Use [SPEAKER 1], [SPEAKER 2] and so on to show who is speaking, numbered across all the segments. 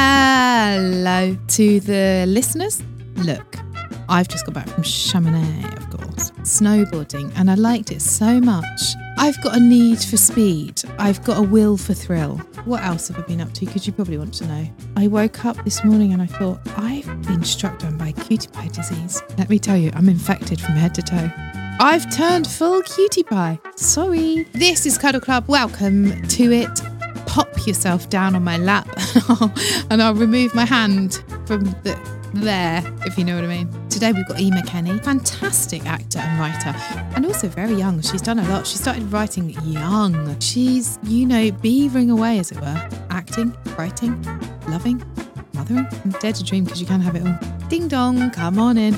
[SPEAKER 1] Hello to the listeners. Look, I've just got back from Chamonix, of course, snowboarding, and I liked it so much. I've got a need for speed. I've got a will for thrill. What else have I been up to? Because you probably want to know. I woke up this morning and I thought, I've been struck down by cutie pie disease. Let me tell you, I'm infected from head to toe. I've turned full cutie pie. Sorry. This is Cuddle Club. Welcome to it. Pop yourself down on my lap and I'll remove my hand from the, there, if you know what I mean. Today we've got Ema Kenny, fantastic actor and writer, and also very young. She's done a lot. She started writing young. She's, you know, beavering away, as it were, acting, writing, loving, mothering, and dare to dream because you can have it all. Ding dong, come on in.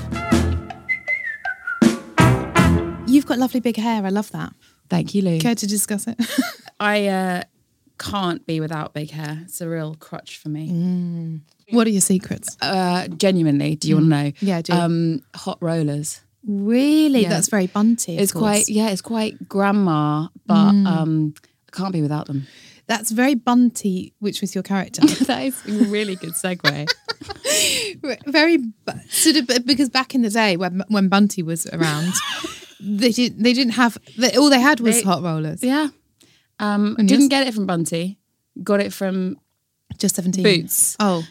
[SPEAKER 1] You've got lovely big hair. I love that.
[SPEAKER 2] Thank you, Lou.
[SPEAKER 1] Care to discuss it?
[SPEAKER 2] I uh, can't be without big hair. It's a real crutch for me.
[SPEAKER 1] Mm-hmm. what are your secrets?
[SPEAKER 2] Uh, genuinely, do you want to know?
[SPEAKER 1] Mm-hmm. Yeah, I do.
[SPEAKER 2] Um, hot rollers.
[SPEAKER 1] really? That's very bunty. of
[SPEAKER 2] It's
[SPEAKER 1] course. Mm.
[SPEAKER 2] quite yeah, it's quite grandma, but um, I can't be without them.
[SPEAKER 1] That's very bunty, which was your character.
[SPEAKER 2] that is a really good segue.
[SPEAKER 1] very bu- sort of b- because back in the day when when bunty was around, they didn't they didn't have they, all they had was
[SPEAKER 2] They-
[SPEAKER 1] hot rollers.
[SPEAKER 2] yeah. Um,
[SPEAKER 1] And
[SPEAKER 2] didn't
[SPEAKER 1] yours?
[SPEAKER 2] get it from Bunty. Got it from
[SPEAKER 1] Just seventeen
[SPEAKER 2] Boots.
[SPEAKER 1] Oh,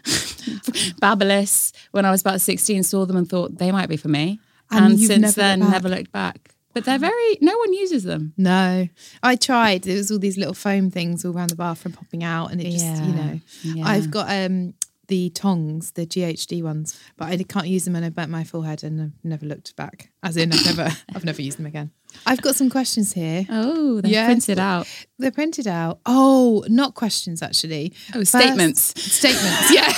[SPEAKER 2] Babyliss when I was about 16, saw them and thought they might be for me.
[SPEAKER 1] And
[SPEAKER 2] And,
[SPEAKER 1] you've
[SPEAKER 2] since
[SPEAKER 1] never looked
[SPEAKER 2] then,
[SPEAKER 1] back.
[SPEAKER 2] never looked back. But they're very, no one uses them.
[SPEAKER 1] No, I tried. There was all these little foam things all around the bathroom popping out, and it just, you
[SPEAKER 2] Yeah,
[SPEAKER 1] know,
[SPEAKER 2] yeah.
[SPEAKER 1] I've got um the tongs, the GHD ones, but I can't use them, and I burnt my forehead, and I've never looked back. As in, I've never, I've never used them again. I've got some questions here.
[SPEAKER 2] Oh, they're
[SPEAKER 1] Yeah.
[SPEAKER 2] printed out.
[SPEAKER 1] They're printed out. Oh, not questions actually.
[SPEAKER 2] Oh, statements.
[SPEAKER 1] Statements. Yeah,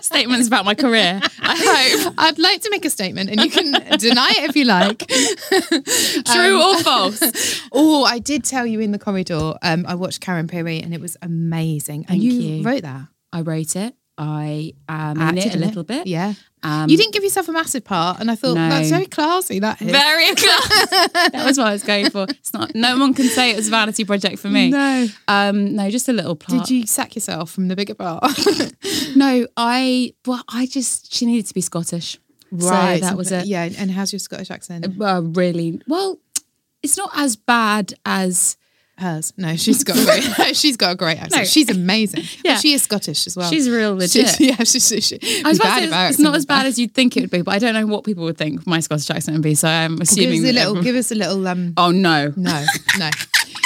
[SPEAKER 2] Statements about my career. I hope.
[SPEAKER 1] I'd like to make a statement, and you can deny it if you like. Um,
[SPEAKER 2] True or false?
[SPEAKER 1] Oh, I did tell you in the corridor. Um, I watched Karen Piri, and it was amazing. and
[SPEAKER 2] Thank
[SPEAKER 1] you,
[SPEAKER 2] you.
[SPEAKER 1] wrote that.
[SPEAKER 2] I wrote it. I um, in it
[SPEAKER 1] Acted
[SPEAKER 2] a
[SPEAKER 1] in it.
[SPEAKER 2] little bit.
[SPEAKER 1] Yeah.
[SPEAKER 2] Um,
[SPEAKER 1] you didn't give yourself a massive part, and I thought
[SPEAKER 2] No.
[SPEAKER 1] that's very classy. That is.
[SPEAKER 2] Very class. that was what I was going for. It's not. No one can say it was a vanity project for me.
[SPEAKER 1] No.
[SPEAKER 2] Um, no, just a little part.
[SPEAKER 1] Did you sack yourself from the bigger part?
[SPEAKER 2] No, I. Well, I just. She needed to be Scottish. So that was it.
[SPEAKER 1] Yeah, and how's your Scottish accent?
[SPEAKER 2] Uh, really. Well, it's not as bad as.
[SPEAKER 1] Hers. No, she's got a great. no, she's got a great accent.
[SPEAKER 2] No.
[SPEAKER 1] She's amazing.
[SPEAKER 2] Yeah.
[SPEAKER 1] But she is Scottish as well.
[SPEAKER 2] She's real legit.
[SPEAKER 1] She's, yeah, she's, she, she,
[SPEAKER 2] I was about
[SPEAKER 1] bad
[SPEAKER 2] to say,
[SPEAKER 1] about
[SPEAKER 2] it's not as bad as you'd think it would be, but I don't know what people would think my Scottish accent would be. So I'm
[SPEAKER 1] Give us
[SPEAKER 2] assuming.
[SPEAKER 1] a
[SPEAKER 2] that
[SPEAKER 1] little.
[SPEAKER 2] everyone-
[SPEAKER 1] Give us a little. Um.
[SPEAKER 2] oh no.
[SPEAKER 1] No, no.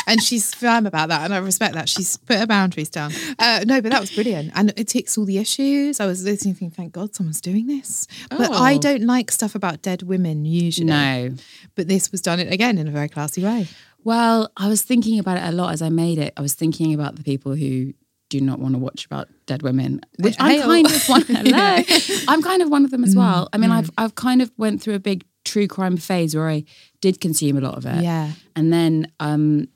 [SPEAKER 1] And she's firm about that, and I respect that. She's put her boundaries down. Uh, no, but that was brilliant, and it ticks all the issues. I was listening, thinking, "Thank God someone's doing this." But I
[SPEAKER 2] Oh.
[SPEAKER 1] don't like stuff about dead women usually.
[SPEAKER 2] No.
[SPEAKER 1] But this was done it again in a very classy way.
[SPEAKER 2] Well, I was thinking about it a lot as I made it. I was thinking about the people who do not want to watch about dead women, which I'm
[SPEAKER 1] Hey-oh.
[SPEAKER 2] kind of one. Hello, I'm kind of one of them as well. I mean, I've I've kind of went through a big true crime phase where I did consume a lot of it.
[SPEAKER 1] Yeah.
[SPEAKER 2] and then um,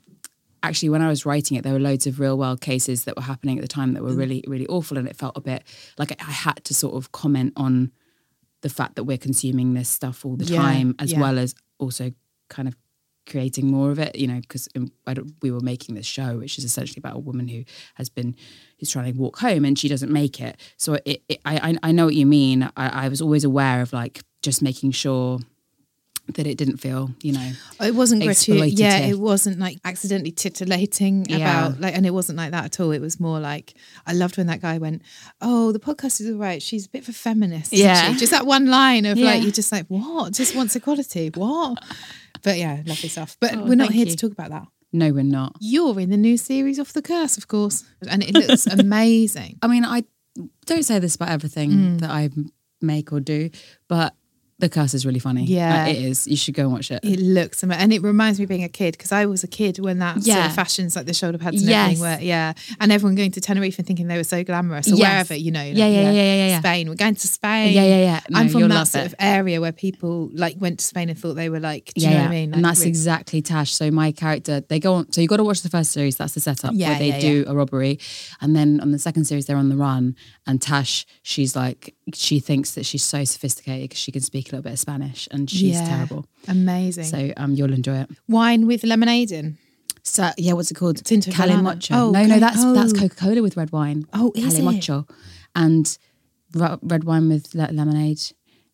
[SPEAKER 2] actually, when I was writing it, there were loads of real world cases that were happening at the time that
[SPEAKER 1] Mm.
[SPEAKER 2] were really really awful, and it felt a bit like I, I had to sort of comment on the fact that we're consuming this stuff all the
[SPEAKER 1] Yeah,
[SPEAKER 2] time, as
[SPEAKER 1] yeah.
[SPEAKER 2] well as also kind of creating more of it. You know, because we were making this show, which is essentially about a woman who has been who's trying to walk home and she doesn't make it. So it, it, I, I I know what you mean. I, I was always aware of like just making sure that it didn't feel, you know.
[SPEAKER 1] It wasn't gratuitous. Yeah,
[SPEAKER 2] Exploitative.
[SPEAKER 1] it wasn't like accidentally titillating
[SPEAKER 2] Yeah.
[SPEAKER 1] about like, and it wasn't like that at all. It was more like I loved when that guy went, "Oh, the podcast is all right. She's a bit of a feminist." isn't
[SPEAKER 2] Yeah.
[SPEAKER 1] she?" just that one line of like
[SPEAKER 2] Yeah.
[SPEAKER 1] you're just like, "What? Just wants equality? What?" But yeah, lovely stuff. But we're not
[SPEAKER 2] Oh, thank
[SPEAKER 1] here
[SPEAKER 2] you.
[SPEAKER 1] to talk about that.
[SPEAKER 2] No, we're not.
[SPEAKER 1] You're in the new series off the curse, of course, and it looks amazing.
[SPEAKER 2] I mean, I don't say this about everything
[SPEAKER 1] Mm.
[SPEAKER 2] that I m- make or do, but the curse is really funny.
[SPEAKER 1] Yeah.
[SPEAKER 2] Uh, it is. You should go and watch it.
[SPEAKER 1] It looks amazing, and it reminds me of being a kid because I was a kid when that sort
[SPEAKER 2] Yeah.
[SPEAKER 1] of fashions like the shoulder pads and
[SPEAKER 2] Yes.
[SPEAKER 1] everything were, yeah. And everyone going to Tenerife and thinking they were so glamorous or
[SPEAKER 2] Yes.
[SPEAKER 1] wherever, you know. like,
[SPEAKER 2] Yeah, yeah, yeah, yeah, yeah.
[SPEAKER 1] Spain, we're going to Spain.
[SPEAKER 2] Yeah, yeah, yeah. No,
[SPEAKER 1] I'm from
[SPEAKER 2] you'll
[SPEAKER 1] that
[SPEAKER 2] love
[SPEAKER 1] sort
[SPEAKER 2] it.
[SPEAKER 1] of area where people like went to Spain and thought they were like, do you know what I mean?
[SPEAKER 2] and
[SPEAKER 1] Like,
[SPEAKER 2] that's
[SPEAKER 1] really-
[SPEAKER 2] exactly Tash. So my character, they go on. So you got to watch the first series. That's the setup
[SPEAKER 1] Yeah,
[SPEAKER 2] where they
[SPEAKER 1] yeah,
[SPEAKER 2] do a robbery, and then on the second series they're on the run. And Tash, she's like, she thinks that she's so sophisticated because she can speak a little bit of Spanish, and she's
[SPEAKER 1] Yeah.
[SPEAKER 2] terrible.
[SPEAKER 1] amazing.
[SPEAKER 2] So um, you'll enjoy it.
[SPEAKER 1] Wine with lemonade in.
[SPEAKER 2] So yeah, what's it called?
[SPEAKER 1] Tinto banana.
[SPEAKER 2] Calimocho.
[SPEAKER 1] Oh,
[SPEAKER 2] no,
[SPEAKER 1] okay.
[SPEAKER 2] no, that's that's
[SPEAKER 1] Oh.
[SPEAKER 2] Coca Cola with red wine.
[SPEAKER 1] Oh, is it?
[SPEAKER 2] Calimocho, and ru- red wine with le- lemonade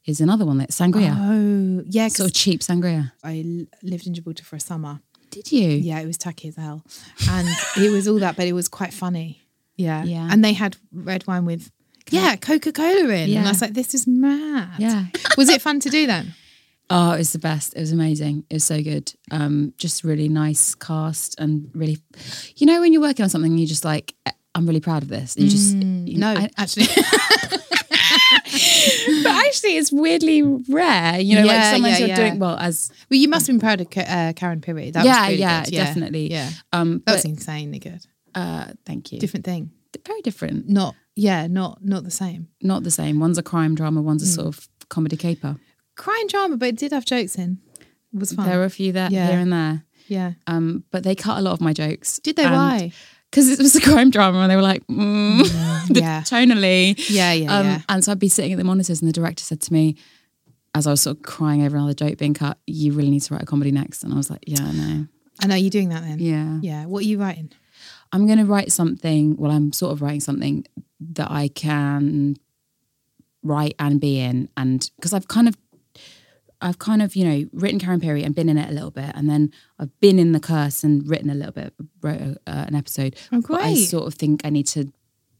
[SPEAKER 2] is another one. That sangria,
[SPEAKER 1] Oh, yeah. 'cause
[SPEAKER 2] sort of cheap sangria.
[SPEAKER 1] I l- lived in Gibraltar for a summer.
[SPEAKER 2] Did you?
[SPEAKER 1] Yeah, it was tacky as hell. And it was all that, but it was quite funny. Yeah.
[SPEAKER 2] Yeah.
[SPEAKER 1] And they had red wine with, yeah, Coca Cola in. And I
[SPEAKER 2] Yeah.
[SPEAKER 1] was like, this is mad.
[SPEAKER 2] Yeah.
[SPEAKER 1] was it fun to do then?
[SPEAKER 2] Oh, it was the best. It was amazing. It was so good. Um, just really nice cast and really, you know, when you're working on something, you're just like, "Eh, I'm really proud of this. And you just,
[SPEAKER 1] Mm,
[SPEAKER 2] you
[SPEAKER 1] No,
[SPEAKER 2] I-
[SPEAKER 1] actually.
[SPEAKER 2] but actually, it's weirdly rare. You know,
[SPEAKER 1] Yeah,
[SPEAKER 2] like sometimes
[SPEAKER 1] yeah,
[SPEAKER 2] you're
[SPEAKER 1] yeah.
[SPEAKER 2] doing well as
[SPEAKER 1] well, you must have been proud of Ca- uh, Karen Piri. That
[SPEAKER 2] yeah,
[SPEAKER 1] was really
[SPEAKER 2] yeah,
[SPEAKER 1] good.
[SPEAKER 2] definitely.
[SPEAKER 1] Yeah.
[SPEAKER 2] Um,
[SPEAKER 1] That
[SPEAKER 2] but
[SPEAKER 1] was insanely good.
[SPEAKER 2] uh, thank you.
[SPEAKER 1] Different thing.
[SPEAKER 2] Very different.
[SPEAKER 1] Not, yeah, not not the same.
[SPEAKER 2] Not the same. One's a crime drama. One's a
[SPEAKER 1] Hmm.
[SPEAKER 2] sort of comedy caper.
[SPEAKER 1] Crying drama, but it did have jokes in. It was fun.
[SPEAKER 2] There were a few there,
[SPEAKER 1] Yeah.
[SPEAKER 2] here and there.
[SPEAKER 1] yeah.
[SPEAKER 2] Um, but they cut a lot of my jokes.
[SPEAKER 1] Did they? Why?
[SPEAKER 2] Because it was a crime drama, and they were like, mm,
[SPEAKER 1] Yeah.
[SPEAKER 2] tonally.
[SPEAKER 1] Yeah, yeah,
[SPEAKER 2] Um,
[SPEAKER 1] yeah.
[SPEAKER 2] And so I'd be sitting at the monitors, and the director said to me, as I was sort of crying over another joke being cut, "You really need to write a comedy next." And I was like, "Yeah, I know.
[SPEAKER 1] And are you doing that then?
[SPEAKER 2] Yeah,
[SPEAKER 1] Yeah. What are you writing?
[SPEAKER 2] I'm going to write something. Well, I'm sort of writing something that I can write and be in, and because I've kind of." I've kind of, you know, written Karen Perry and been in it a little bit, and then I've been in the curse and written a little bit, wrote a, uh, an episode.
[SPEAKER 1] Oh,
[SPEAKER 2] But I
[SPEAKER 1] great.
[SPEAKER 2] sort of think I need to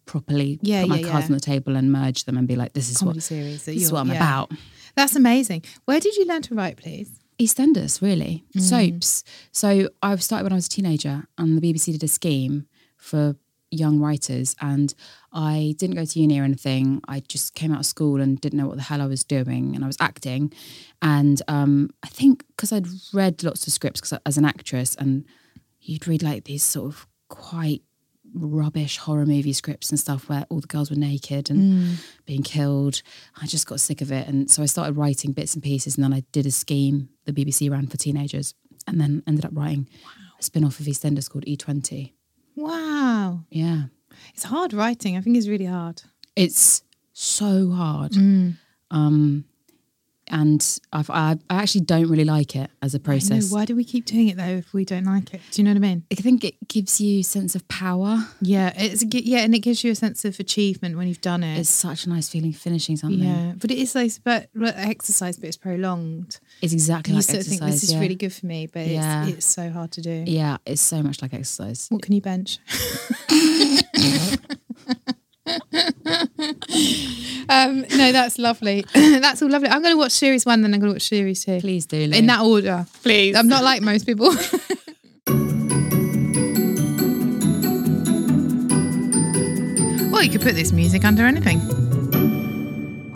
[SPEAKER 2] properly
[SPEAKER 1] Yeah,
[SPEAKER 2] put my
[SPEAKER 1] yeah,
[SPEAKER 2] cards
[SPEAKER 1] yeah.
[SPEAKER 2] on the table and merge them and be like, this is
[SPEAKER 1] Comedy
[SPEAKER 2] what
[SPEAKER 1] series that
[SPEAKER 2] this is
[SPEAKER 1] you're-
[SPEAKER 2] what I'm
[SPEAKER 1] yeah.
[SPEAKER 2] about.
[SPEAKER 1] That's amazing. Where did you learn to write, please?
[SPEAKER 2] EastEnders, really. Soaps. So I started when I was a teenager, and the BBC did a scheme for young writers. And I didn't go to uni or anything. I just came out of school and didn't know what the hell I was doing. And I was acting. And um, I think because I'd read lots of scripts 'cause I- as an actress, and you'd read like these sort of quite rubbish horror movie scripts and stuff where all the girls were naked and
[SPEAKER 1] Mm.
[SPEAKER 2] being killed. I just got sick of it. And so I started writing bits and pieces. And then I did a scheme the BBC ran for teenagers and then ended up writing a spin off of EastEnders called E20.
[SPEAKER 1] Wow.
[SPEAKER 2] Yeah.
[SPEAKER 1] It's hard writing. I think it's really hard.
[SPEAKER 2] It's so hard.
[SPEAKER 1] Mm.
[SPEAKER 2] Um, and I've, I, I actually don't really like it as a
[SPEAKER 1] No,
[SPEAKER 2] process.
[SPEAKER 1] why do we keep doing it though if we don't like it? Do you know what I mean?
[SPEAKER 2] I think it gives you a sense of power.
[SPEAKER 1] Yeah, it's a gi- yeah, and it gives you a sense of achievement when you've done it.
[SPEAKER 2] It's such a nice feeling finishing something.
[SPEAKER 1] yeah, but it is like but but exercise, but it's prolonged.
[SPEAKER 2] It's exactly
[SPEAKER 1] you
[SPEAKER 2] like
[SPEAKER 1] sort of
[SPEAKER 2] exercise.
[SPEAKER 1] think this is
[SPEAKER 2] yeah.
[SPEAKER 1] really good for me, but
[SPEAKER 2] Yeah.
[SPEAKER 1] it's, it's so hard to do.
[SPEAKER 2] Yeah, it's so much like exercise.
[SPEAKER 1] What can you bench? um, no, that's lovely. that's all lovely. I'm going to watch series one, then I'm going to watch series two.
[SPEAKER 2] Please do. Lou.
[SPEAKER 1] In that order, please. I'm not like most people. well, you could put this music under anything.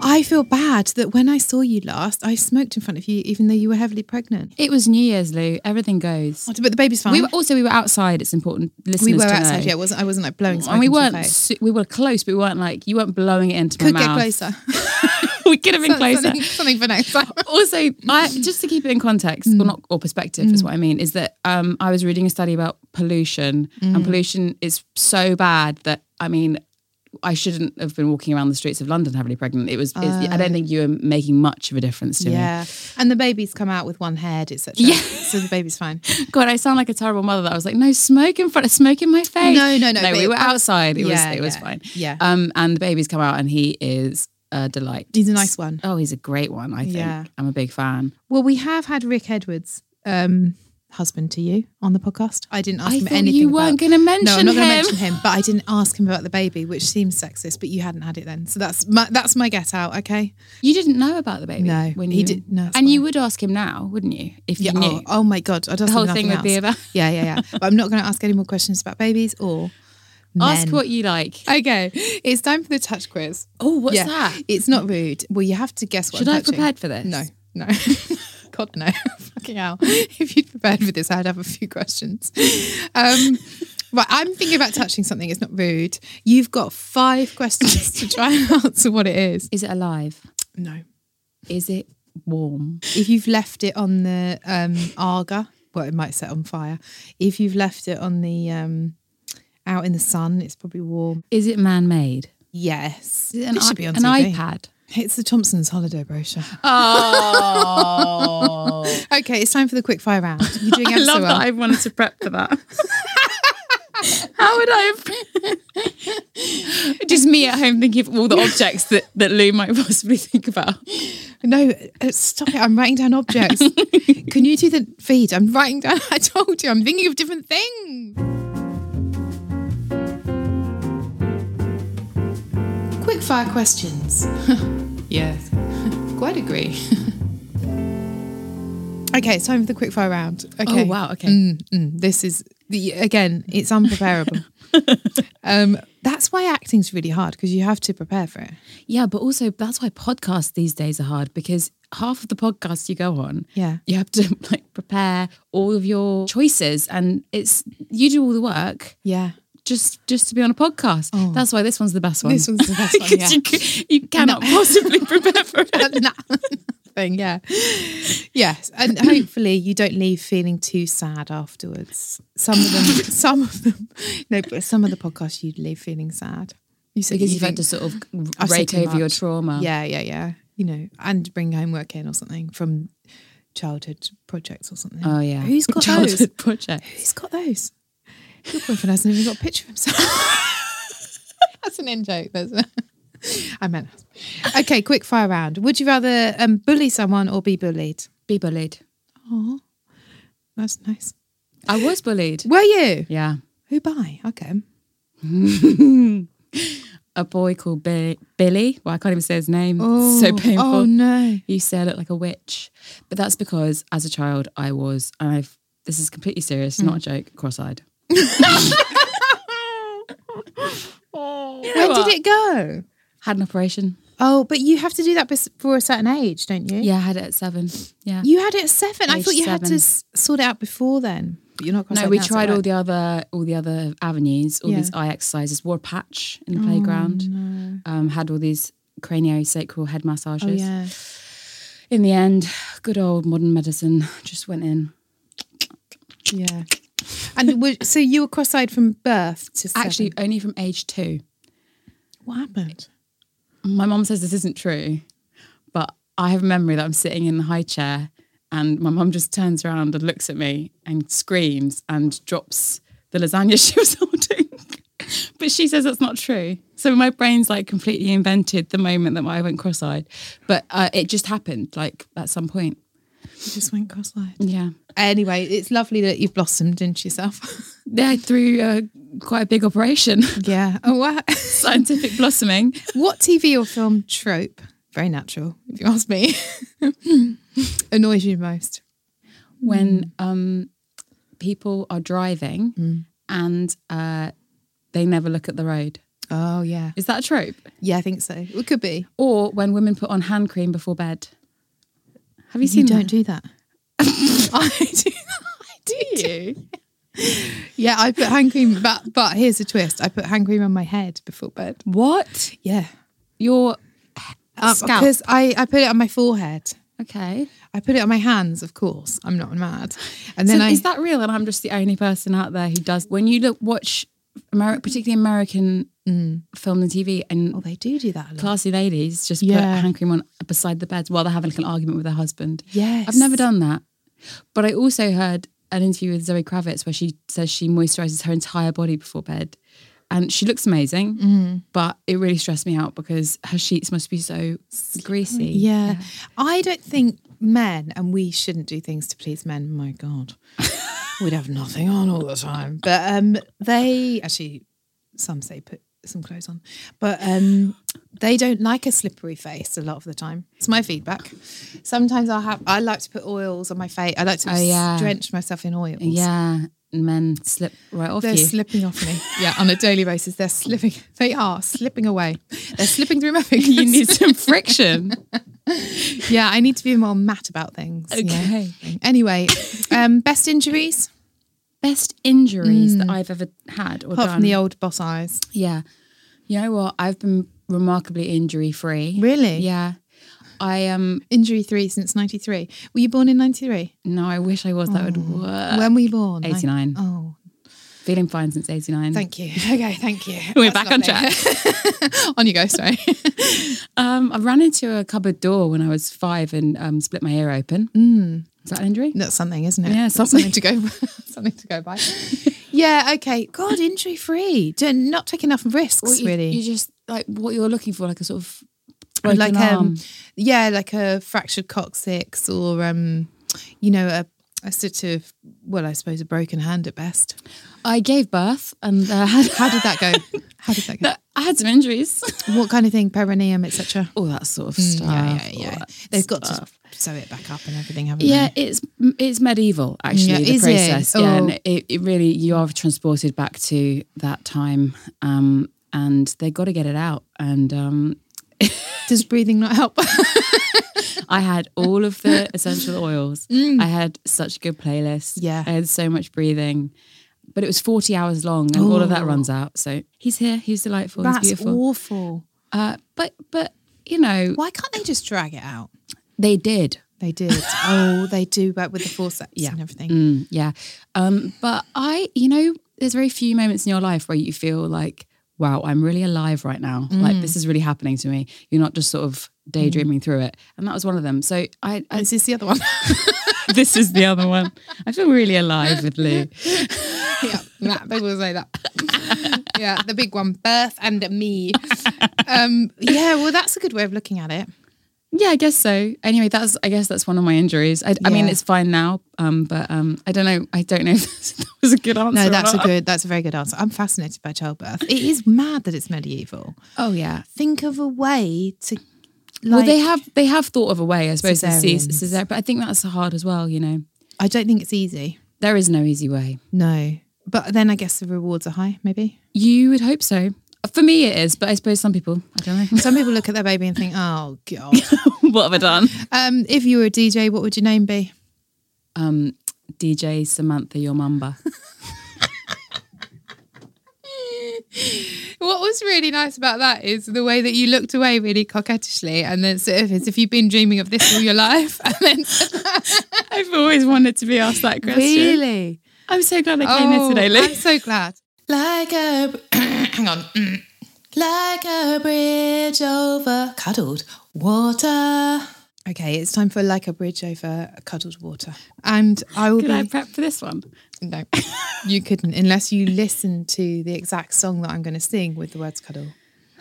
[SPEAKER 1] I feel bad that when I saw you last, I smoked in front of you, even though you were heavily pregnant.
[SPEAKER 2] It was New Year's, Lou. Everything goes.
[SPEAKER 1] But the baby's Oh, fine.
[SPEAKER 2] We were also we were outside. It's important. Listeners
[SPEAKER 1] We were
[SPEAKER 2] to
[SPEAKER 1] outside.
[SPEAKER 2] know.
[SPEAKER 1] Yeah, it wasn't, I wasn't like blowing smoke
[SPEAKER 2] and we
[SPEAKER 1] into your
[SPEAKER 2] weren't.
[SPEAKER 1] face.
[SPEAKER 2] su- we were close, but we weren't like you weren't blowing it into
[SPEAKER 1] Could
[SPEAKER 2] my
[SPEAKER 1] get
[SPEAKER 2] mouth.
[SPEAKER 1] closer.
[SPEAKER 2] we could have been closer.
[SPEAKER 1] something, something for next time.
[SPEAKER 2] also, I, just to keep it in context,
[SPEAKER 1] Mm.
[SPEAKER 2] or not or perspective is what I mean. Is that um, I was reading a study about pollution, and
[SPEAKER 1] Mm.
[SPEAKER 2] pollution is so bad that I mean, I shouldn't have been walking around the streets of London heavily pregnant. It was. it's- I don't
[SPEAKER 1] Uh.
[SPEAKER 2] think you were making much of a difference to me.
[SPEAKER 1] Yeah, and the baby's come out with one head, etc. Yeah, so the baby's fine.
[SPEAKER 2] God, I sound like a terrible mother. That I was like, no smoke in front of smoke in my face.
[SPEAKER 1] No, no, no,
[SPEAKER 2] No,
[SPEAKER 1] but
[SPEAKER 2] we
[SPEAKER 1] it-
[SPEAKER 2] were outside. It
[SPEAKER 1] Yeah,
[SPEAKER 2] was it was
[SPEAKER 1] yeah,
[SPEAKER 2] fine.
[SPEAKER 1] yeah.
[SPEAKER 2] Um, and the baby's come out and he is a delight.
[SPEAKER 1] He's a nice one.
[SPEAKER 2] Oh, he's a great one. I think
[SPEAKER 1] Yeah.
[SPEAKER 2] I'm a big fan.
[SPEAKER 1] Well, we have had Rick Edwards, um, husband to you, on the podcast. I didn't ask
[SPEAKER 2] I
[SPEAKER 1] him
[SPEAKER 2] thought
[SPEAKER 1] anything.
[SPEAKER 2] you weren't
[SPEAKER 1] about-
[SPEAKER 2] gonna mention
[SPEAKER 1] No, I'm not going
[SPEAKER 2] him.
[SPEAKER 1] to mention him, but I didn't ask him about the baby, which seems sexist. But you hadn't had it then, so that's my that's my get out. Okay.
[SPEAKER 2] You didn't know about the baby.
[SPEAKER 1] No,
[SPEAKER 2] when
[SPEAKER 1] he
[SPEAKER 2] you,
[SPEAKER 1] did- no, it's
[SPEAKER 2] and you
[SPEAKER 1] fine.
[SPEAKER 2] would ask him now, wouldn't you? If you knew.
[SPEAKER 1] Oh, oh my god! I don't
[SPEAKER 2] The whole
[SPEAKER 1] think
[SPEAKER 2] thing
[SPEAKER 1] nothing
[SPEAKER 2] would be
[SPEAKER 1] else.
[SPEAKER 2] about-
[SPEAKER 1] Yeah, yeah, yeah. but I'm not going to ask any more questions about babies or.
[SPEAKER 2] Ask
[SPEAKER 1] oh, men.
[SPEAKER 2] what you like.
[SPEAKER 1] Okay, it's time for the touch quiz.
[SPEAKER 2] Oh, what's
[SPEAKER 1] yeah,
[SPEAKER 2] that?
[SPEAKER 1] It's not rude. Well, you have to guess what.
[SPEAKER 2] Should
[SPEAKER 1] I'm
[SPEAKER 2] I have
[SPEAKER 1] touching.
[SPEAKER 2] prepared for this?
[SPEAKER 1] No, no. God, no. Fucking hell. If you'd prepared for this, I'd have a few questions. Um, right, I'm thinking about touching something. It's not rude. You've got five questions to try and answer what it is.
[SPEAKER 2] Is it alive?
[SPEAKER 1] No.
[SPEAKER 2] Is it warm?
[SPEAKER 1] If you've left it on the um, Arga, well, it might set on fire. If you've left it on the um, out in the sun, it's probably warm.
[SPEAKER 2] Is it man-made?
[SPEAKER 1] Yes.
[SPEAKER 2] Is it an,
[SPEAKER 1] This
[SPEAKER 2] i- an iPad?
[SPEAKER 1] It's the Thompson's holiday brochure. Oh. okay, it's time for the quick fire round. You're doing ever so well.
[SPEAKER 2] I wanted to prep for that. How would I have? Just me at home thinking of all the objects that, that Lou might possibly think about.
[SPEAKER 1] No, uh, stop it. I'm writing down objects. Can you do the feed? I'm writing down. I told you, I'm thinking of different things. Quick fire questions. yes, quite agree. okay, it's time for the quick fire round. Okay.
[SPEAKER 2] Oh, wow, okay.
[SPEAKER 1] Mm, mm, this is, the, again, it's unpreparable. um, that's why acting's really hard because you have to prepare for it.
[SPEAKER 2] Yeah, but also that's why podcasts these days are hard because half of the podcasts you go on,
[SPEAKER 1] Yeah.
[SPEAKER 2] you have to like prepare all of your choices, and it's you do all the work
[SPEAKER 1] Yeah.
[SPEAKER 2] just just to be on a podcast. That's why Oh. this one's the best one.
[SPEAKER 1] This one's the best one,
[SPEAKER 2] 'Cause
[SPEAKER 1] yeah.
[SPEAKER 2] you, c- you cannot possibly prepare for it.
[SPEAKER 1] thing. Yeah. Yes. And hopefully you don't leave feeling too sad afterwards. Some of them, some of them, no, but some of the podcasts you'd leave feeling sad. You said
[SPEAKER 2] Because
[SPEAKER 1] you
[SPEAKER 2] you've had
[SPEAKER 1] think,
[SPEAKER 2] to sort of
[SPEAKER 1] "I've said
[SPEAKER 2] rake
[SPEAKER 1] too
[SPEAKER 2] over your
[SPEAKER 1] much."
[SPEAKER 2] trauma.
[SPEAKER 1] Yeah, yeah, yeah. You know, and bring homework in or something from childhood projects or something.
[SPEAKER 2] Oh yeah.
[SPEAKER 1] Who's got
[SPEAKER 2] Childhood
[SPEAKER 1] those?
[SPEAKER 2] project?
[SPEAKER 1] Who's got those? Your boyfriend hasn't even got a picture of himself. That's an in joke. That's a, I meant. Okay, quick fire round. Would you rather um, bully someone or be bullied?
[SPEAKER 2] Be bullied.
[SPEAKER 1] That's nice.
[SPEAKER 2] I was bullied.
[SPEAKER 1] Were you?
[SPEAKER 2] Yeah.
[SPEAKER 1] Who by? Okay.
[SPEAKER 2] A boy called Bi- Billy. Well, I can't even say his name. it's so painful.
[SPEAKER 1] Oh no.
[SPEAKER 2] You say I look like a witch. But that's because as a child, I was, and I've, this is completely serious, not a
[SPEAKER 1] Mm.
[SPEAKER 2] joke, cross eyed.
[SPEAKER 1] When did it go?
[SPEAKER 2] Had an operation.
[SPEAKER 1] Oh, but you have to do that before a certain age, don't you?
[SPEAKER 2] Yeah, I had it at seven. Yeah.
[SPEAKER 1] You had it at seven. I
[SPEAKER 2] Age
[SPEAKER 1] thought you had to
[SPEAKER 2] seven.
[SPEAKER 1] s- sort it out before then. But you're not.
[SPEAKER 2] no, we tried all the other all the other avenues, all
[SPEAKER 1] Yeah. Oh,
[SPEAKER 2] these eye exercises. Wore a patch in the playground. Um, had all these craniosacral head massages.
[SPEAKER 1] Oh yeah.
[SPEAKER 2] In the end, good old modern medicine just went in.
[SPEAKER 1] Yeah. And were, so you were cross-eyed from birth to seven.
[SPEAKER 2] Actually, only from age two.
[SPEAKER 1] what happened?
[SPEAKER 2] My mum says this isn't true, but I have a memory that I'm sitting in the high chair and my mum just turns around and looks at me and screams and drops the lasagna she was holding. but she says that's not true. So my brain's like completely invented the moment that I went cross eyed. But uh, it just happened like at some point.
[SPEAKER 1] You just went cross-eyed.
[SPEAKER 2] Yeah.
[SPEAKER 1] Anyway, it's lovely that you've blossomed into yourself.
[SPEAKER 2] Yeah, through uh, quite a big operation,
[SPEAKER 1] yeah. Oh wow.
[SPEAKER 2] scientific blossoming.
[SPEAKER 1] What TV or film trope, very natural, if you ask me, annoys you most?
[SPEAKER 2] when um, people are driving and uh, they never look at the road.
[SPEAKER 1] Oh, yeah.
[SPEAKER 2] Is that a trope?
[SPEAKER 1] Yeah, I think so. It could be.
[SPEAKER 2] Or when women put on hand cream before bed. Have
[SPEAKER 1] You
[SPEAKER 2] you seen
[SPEAKER 1] don't
[SPEAKER 2] that?
[SPEAKER 1] do that. I do. I do. Yeah, I put hand cream, but, but here's a twist I put hand cream on my head before bed.
[SPEAKER 2] What?
[SPEAKER 1] Yeah.
[SPEAKER 2] Your scalp.
[SPEAKER 1] Because I, I put it on my forehead.
[SPEAKER 2] Okay.
[SPEAKER 1] I put it on my hands, of course. I'm not mad. And
[SPEAKER 2] So
[SPEAKER 1] then I.
[SPEAKER 2] is that real? And I'm just the only person out there who does. When you look watch, Ameri- particularly American
[SPEAKER 1] Mm.
[SPEAKER 2] film and TV, and
[SPEAKER 1] oh, they do do that a lot.
[SPEAKER 2] classy ladies just put
[SPEAKER 1] Yeah.
[SPEAKER 2] hand cream on beside the beds while they're having like an argument with their husband.
[SPEAKER 1] Yes.
[SPEAKER 2] I've never done that. But I also heard an interview with Zoe Kravitz where she says she moisturizes her entire body before bed. and she looks amazing,
[SPEAKER 1] Mm-hmm.
[SPEAKER 2] but it really stressed me out because her sheets must be so greasy.
[SPEAKER 1] Yeah. I don't think men, and we shouldn't do things to please men. My God. We'd have nothing on all the time. But um, they actually, some say put some clothes on, but um, they don't like a slippery face a lot of the time. It's my feedback. Sometimes I'll have, I like to put oils on my face. I like to
[SPEAKER 2] Oh, yeah.
[SPEAKER 1] drench myself in oils.
[SPEAKER 2] yeah. And men slip right off
[SPEAKER 1] They're
[SPEAKER 2] you.
[SPEAKER 1] slipping off me. Yeah, on a daily basis, they're slipping. They are slipping away. They're slipping through my fingers.
[SPEAKER 2] you need some friction.
[SPEAKER 1] Yeah, I need to be more matte about things. you know.
[SPEAKER 2] Okay.
[SPEAKER 1] Anyway, um, best injuries
[SPEAKER 2] Best injuries that I've ever had or
[SPEAKER 1] Mm. apart
[SPEAKER 2] done.
[SPEAKER 1] from the old boss eyes.
[SPEAKER 2] Yeah. You know what? I've been remarkably injury free.
[SPEAKER 1] Really?
[SPEAKER 2] Yeah. I um
[SPEAKER 1] Injury three since ninety three. Were you born in ninety three?
[SPEAKER 2] no, I wish I was. That would
[SPEAKER 1] Oh.
[SPEAKER 2] work.
[SPEAKER 1] when were you born?
[SPEAKER 2] 89.
[SPEAKER 1] Nin- Oh,
[SPEAKER 2] Feeling fine since 89.
[SPEAKER 1] thank you. Okay, thank you.
[SPEAKER 2] We're
[SPEAKER 1] That's
[SPEAKER 2] back on
[SPEAKER 1] lovely. on you go. Sorry.
[SPEAKER 2] Um, I ran into a cupboard door when I was five and um, split my ear open. Mm.
[SPEAKER 1] Hmm.
[SPEAKER 2] Is that an injury?
[SPEAKER 1] That's something, isn't it?
[SPEAKER 2] Yeah,
[SPEAKER 1] That's something to go. something to go by. yeah. Okay. God, injury free. Don't not take enough risks.
[SPEAKER 2] You-
[SPEAKER 1] really.
[SPEAKER 2] You just like what you're looking for, like a sort of
[SPEAKER 1] Or
[SPEAKER 2] broken
[SPEAKER 1] like
[SPEAKER 2] arm.
[SPEAKER 1] um yeah like a fractured coccyx or um you know a, a sort of well i suppose a broken hand at best
[SPEAKER 2] I gave birth and uh, had,
[SPEAKER 1] how did that go how did that go
[SPEAKER 2] I had some injuries.
[SPEAKER 1] what kind of thing perineum etc
[SPEAKER 2] All that sort of
[SPEAKER 1] Mm,
[SPEAKER 2] stuff.
[SPEAKER 1] yeah yeah yeah
[SPEAKER 2] all that
[SPEAKER 1] they've got
[SPEAKER 2] stuff.
[SPEAKER 1] to sew it back up and everything haven't
[SPEAKER 2] Yeah,
[SPEAKER 1] they
[SPEAKER 2] it's it's medieval actually.
[SPEAKER 1] Yeah,
[SPEAKER 2] the
[SPEAKER 1] is it?
[SPEAKER 2] process, yeah,
[SPEAKER 1] Oh.
[SPEAKER 2] and it, it really you are transported back to that time, um, and they got to get it out. And um,
[SPEAKER 1] does breathing not help
[SPEAKER 2] I had all of the essential oils. I had such a good playlist.
[SPEAKER 1] Mm. Yeah.
[SPEAKER 2] I had so much breathing, but it was forty hours long, and all of that runs out. So he's here. He's delightful.
[SPEAKER 1] Oh. that's
[SPEAKER 2] he's beautiful.
[SPEAKER 1] awful
[SPEAKER 2] Uh, but but you know
[SPEAKER 1] why can't they just drag it out
[SPEAKER 2] they did.
[SPEAKER 1] they did oh they do but with the forceps and everything
[SPEAKER 2] Mm, yeah. Um, but I, you know, there's very few moments in your life where you feel like, wow, I'm really alive right now.
[SPEAKER 1] Mm.
[SPEAKER 2] Like this is really happening to me. You're not just sort of daydreaming through it. And that was one of them. So I, I
[SPEAKER 1] is Mm. this the other one
[SPEAKER 2] this is the other one. I feel really alive with Lou.
[SPEAKER 1] yeah, that they will say that. yeah, the big one, birth and me. Um, yeah, well, that's a good way of looking at it.
[SPEAKER 2] Yeah, I guess so. Anyway, that's I guess that's one of my injuries. I, I mean,
[SPEAKER 1] Yeah.
[SPEAKER 2] it's fine now. Um, but um, I don't know. I don't know if that was a good answer.
[SPEAKER 1] No,
[SPEAKER 2] or
[SPEAKER 1] that's a
[SPEAKER 2] not.
[SPEAKER 1] good, that's a very good answer. I'm fascinated by childbirth. It is mad that it's medieval.
[SPEAKER 2] Oh yeah.
[SPEAKER 1] Think of a way to, like,
[SPEAKER 2] well, they have they have thought of a way, I suppose.
[SPEAKER 1] Cesareans.
[SPEAKER 2] Cesarean, but I think that's hard as well. You know,
[SPEAKER 1] I don't think it's easy.
[SPEAKER 2] there is no easy way.
[SPEAKER 1] No, but then I guess the rewards are high. Maybe
[SPEAKER 2] You would hope so. For me, it is, but I suppose some people, I don't know.
[SPEAKER 1] some people look at their baby and think, "Oh God."
[SPEAKER 2] what have I done?
[SPEAKER 1] um, if you were a DJ, what would your name be?
[SPEAKER 2] Um, DJ Samantha, your mamba.
[SPEAKER 1] What was really nice about that is the way that you looked away really coquettishly, and then sort of as if you've been dreaming of this all your life, and then
[SPEAKER 2] I've always wanted to be asked that question.
[SPEAKER 1] really,
[SPEAKER 2] I'm so glad I came
[SPEAKER 1] oh,
[SPEAKER 2] here today,
[SPEAKER 1] I'm
[SPEAKER 2] Lou.
[SPEAKER 1] so glad. Like a hang on, Mm. like a bridge over cuddled water. Okay, it's time for like a bridge over cuddled water, and I will
[SPEAKER 2] Could
[SPEAKER 1] be.
[SPEAKER 2] I prep for this one?
[SPEAKER 1] no, you couldn't unless you listen to the exact song that I'm going to sing with the words cuddle.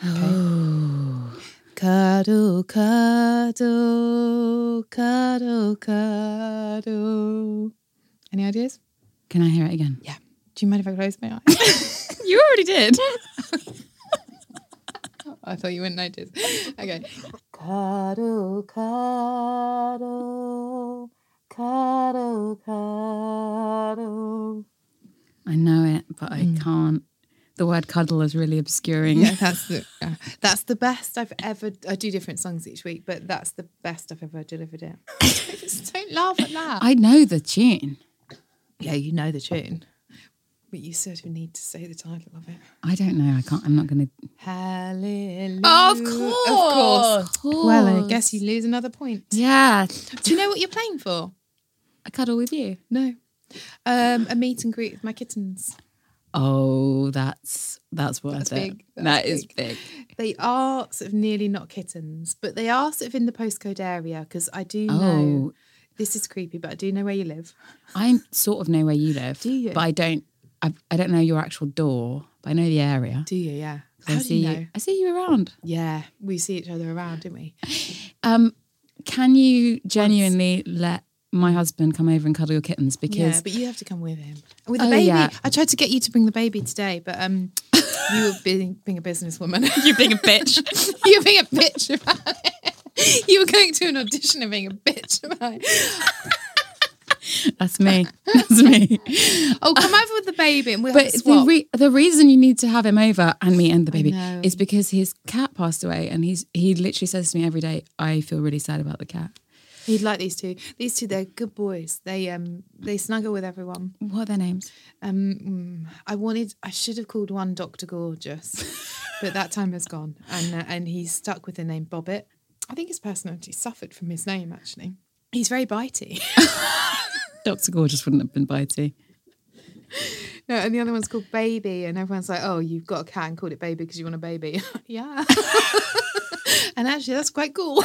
[SPEAKER 1] Okay. cuddle, cuddle, cuddle, cuddle. Any ideas?
[SPEAKER 2] Can I hear it again?
[SPEAKER 1] Yeah. Do you mind if I close my eyes?
[SPEAKER 2] You already did.
[SPEAKER 1] I thought you wouldn't notice. Okay. Cuddle, cuddle, cuddle, cuddle.
[SPEAKER 2] I know it, but I can't. The word cuddle is really obscuring.
[SPEAKER 1] Yeah, that's the uh, that's the best I've ever. I do different songs each week, but that's the best I've ever delivered it. Just don't laugh at that.
[SPEAKER 2] I know the tune.
[SPEAKER 1] yeah, you know the tune, but you sort of need to say the title of it.
[SPEAKER 2] I don't know. I can't. I'm not going to.
[SPEAKER 1] Hallelujah.
[SPEAKER 2] course. Of course.
[SPEAKER 1] Well, I guess you lose another point.
[SPEAKER 2] Yeah.
[SPEAKER 1] Do you know what you're playing for?
[SPEAKER 2] I cuddle with you.
[SPEAKER 1] No. Um, a meet and greet with my kittens.
[SPEAKER 2] Oh, that's that's worth
[SPEAKER 1] That's
[SPEAKER 2] it.
[SPEAKER 1] big. That's
[SPEAKER 2] That is big.
[SPEAKER 1] They are sort of nearly not kittens, but they are sort of in the postcode area because I do know
[SPEAKER 2] Oh.
[SPEAKER 1] this is creepy, but I do know where you live.
[SPEAKER 2] I sort of know where you live,
[SPEAKER 1] you?
[SPEAKER 2] but I don't. I, I don't know your actual door, but I know the area.
[SPEAKER 1] Do you? Yeah.
[SPEAKER 2] 'Cause
[SPEAKER 1] How
[SPEAKER 2] I
[SPEAKER 1] do
[SPEAKER 2] see
[SPEAKER 1] you know?
[SPEAKER 2] I see you around.
[SPEAKER 1] Yeah, we see each other around, don't we?
[SPEAKER 2] Um, can you genuinely let my husband come over and cuddle your kittens?
[SPEAKER 1] Yeah,
[SPEAKER 2] Because
[SPEAKER 1] but you have to come with him. With the
[SPEAKER 2] Oh,
[SPEAKER 1] baby.
[SPEAKER 2] yeah.
[SPEAKER 1] I tried to get you to bring the baby today, but um, you were being, being a businesswoman.
[SPEAKER 2] you're being a bitch.
[SPEAKER 1] you were being a bitch about it. You were going to an audition and being a bitch about it.
[SPEAKER 2] That's me. That's me.
[SPEAKER 1] Oh, come over with the baby and we'll
[SPEAKER 2] But
[SPEAKER 1] have a
[SPEAKER 2] the
[SPEAKER 1] swap.
[SPEAKER 2] re- the reason you need to have him over and me and the baby
[SPEAKER 1] know.
[SPEAKER 2] is because his cat passed away, and he's he literally says to me every day, "I feel really sad about the cat."
[SPEAKER 1] He'd like these two. These two, they're good boys. They um they snuggle with everyone.
[SPEAKER 2] What are their names?
[SPEAKER 1] Um, mm, I wanted, I should have called one Doctor Gorgeous, but that time has gone, and uh, and he's stuck with the name Bobbit. I think his personality suffered from his name. Actually, he's very bitey.
[SPEAKER 2] Doctor Gorgeous wouldn't have been bitey.
[SPEAKER 1] no, and the other one's called Baby, and everyone's like, "Oh, you've got a cat and called it Baby because you want a baby." yeah, and actually, that's quite cool.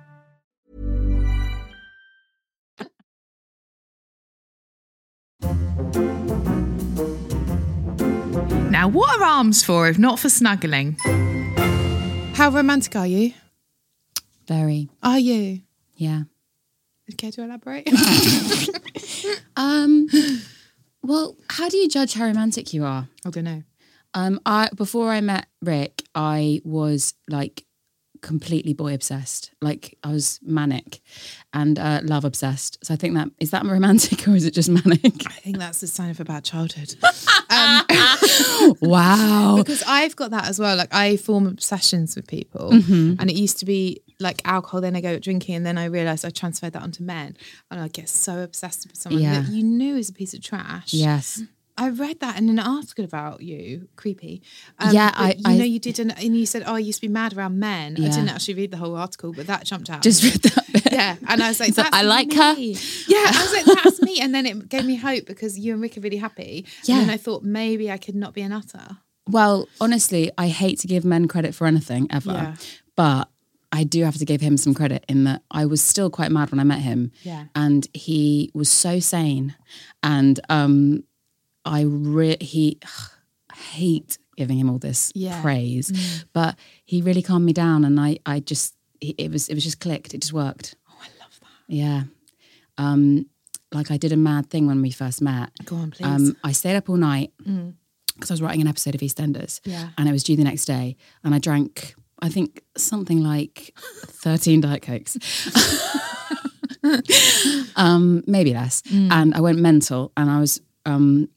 [SPEAKER 1] Now, what are arms for if not for snuggling? How romantic are you?
[SPEAKER 2] Very,
[SPEAKER 1] Are you?
[SPEAKER 2] yeah.
[SPEAKER 1] Care to elaborate?
[SPEAKER 2] Um, well, how do you judge how romantic you are?
[SPEAKER 1] I don't know.
[SPEAKER 2] Um, I before I met Rick, I was like completely boy obsessed. Like I was manic and uh, love obsessed. So I think that is that romantic or is it just manic?
[SPEAKER 1] I think that's the sign of a bad childhood.
[SPEAKER 2] wow.
[SPEAKER 1] because I've got that as well. Like I form obsessions with people, and it used to be like alcohol. Then I go drinking, and then I realized I transferred that onto men, and I get so obsessed with someone
[SPEAKER 2] Yeah.
[SPEAKER 1] that you knew is a piece of trash.
[SPEAKER 2] Yes.
[SPEAKER 1] I read that in an article about you. Creepy. Um,
[SPEAKER 2] Yeah,
[SPEAKER 1] but
[SPEAKER 2] I-
[SPEAKER 1] you
[SPEAKER 2] I-
[SPEAKER 1] know you did, an, and you said, "Oh, I used to be mad around men." I
[SPEAKER 2] Yeah.
[SPEAKER 1] didn't actually read the whole article, but that jumped out.
[SPEAKER 2] Just read that bit.
[SPEAKER 1] yeah, and I was like,
[SPEAKER 2] So
[SPEAKER 1] "That's
[SPEAKER 2] I like
[SPEAKER 1] me."
[SPEAKER 2] her.
[SPEAKER 1] Yeah, I was like, "That's me," and then it gave me hope because you and Rick are really happy.
[SPEAKER 2] Yeah.
[SPEAKER 1] and then I thought maybe I could not be an utter.
[SPEAKER 2] Well, honestly, I hate to give men credit for anything ever,
[SPEAKER 1] Yeah.
[SPEAKER 2] but I do have to give him some credit in that I was still quite mad when I met him.
[SPEAKER 1] Yeah.
[SPEAKER 2] And he was so sane. And um, I re- he I hate giving him all this
[SPEAKER 1] Yeah.
[SPEAKER 2] praise, but he really calmed me down. And I, I just, it it was, it was just clicked. It just worked. Oh, I love that. Yeah. Um, like I did a mad thing when we first met.
[SPEAKER 1] Go on, please. Mm.
[SPEAKER 2] Um, I stayed up all night because I was writing an episode of EastEnders.
[SPEAKER 1] Yeah.
[SPEAKER 2] And it was due the next day. And I drank, I think, something like 13 Diet Cokes. um, maybe less.
[SPEAKER 1] Mm.
[SPEAKER 2] And I went mental and I was, um,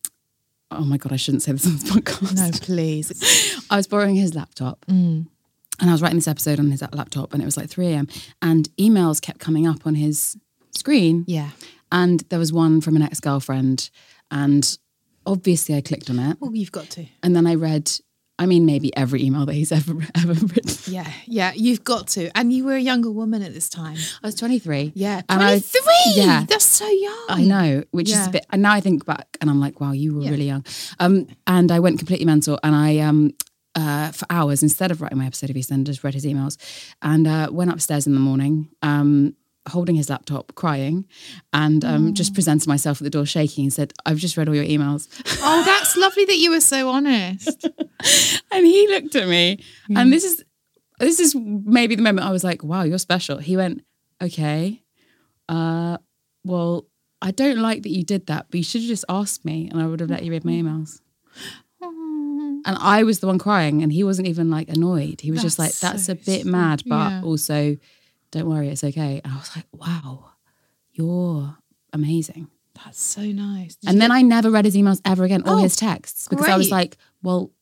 [SPEAKER 2] oh my God, I shouldn't say this on this podcast.
[SPEAKER 1] No, Mm. please.
[SPEAKER 2] I was borrowing his laptop. And I was writing this episode on his laptop and it was like 3 a.m. And emails kept coming up on his screen.
[SPEAKER 1] Yeah.
[SPEAKER 2] And there was one from an ex girlfriend. And obviously I clicked on it.
[SPEAKER 1] Well, Oh, you've got to.
[SPEAKER 2] And then I read I mean, maybe every email that he's ever ever written.
[SPEAKER 1] Yeah, yeah, you've got to. And you were a younger woman at this time.
[SPEAKER 2] I was 23.
[SPEAKER 1] Yeah,
[SPEAKER 2] And I-
[SPEAKER 1] 23.
[SPEAKER 2] yeah.
[SPEAKER 1] That's so young.
[SPEAKER 2] I know, which is
[SPEAKER 1] Yeah.
[SPEAKER 2] a bit. And now I think back, and I'm like, wow, you were
[SPEAKER 1] Yeah.
[SPEAKER 2] really young. Um, and I went completely mental, and I um. Uh, for hours, instead of writing my episode of EastEnders, read his emails, and uh, went upstairs in the morning, um, holding his laptop, crying, and um, just presented myself at the door, shaking, and said, "I've just read all your emails."
[SPEAKER 1] Oh, that's lovely that you were so honest.
[SPEAKER 2] and he looked at me,
[SPEAKER 1] Hmm.
[SPEAKER 2] and this is this is maybe the moment I was like, "Wow, you're special." He went, "Okay, uh, well, I don't like that you did that, but you should have just asked me, and I would have let you read my
[SPEAKER 1] Mm-hmm.
[SPEAKER 2] emails." And I was the one crying, and he wasn't even like annoyed. He was just like,
[SPEAKER 1] That's
[SPEAKER 2] "That's
[SPEAKER 1] so
[SPEAKER 2] a bit
[SPEAKER 1] sweet.
[SPEAKER 2] mad, but
[SPEAKER 1] Yeah.
[SPEAKER 2] also, don't worry, it's okay." And I was like, "Wow, you're amazing."
[SPEAKER 1] That's so nice. Did
[SPEAKER 2] And
[SPEAKER 1] you
[SPEAKER 2] then I never read his emails ever again or
[SPEAKER 1] Oh,
[SPEAKER 2] his texts because I was
[SPEAKER 1] great.
[SPEAKER 2] like, well,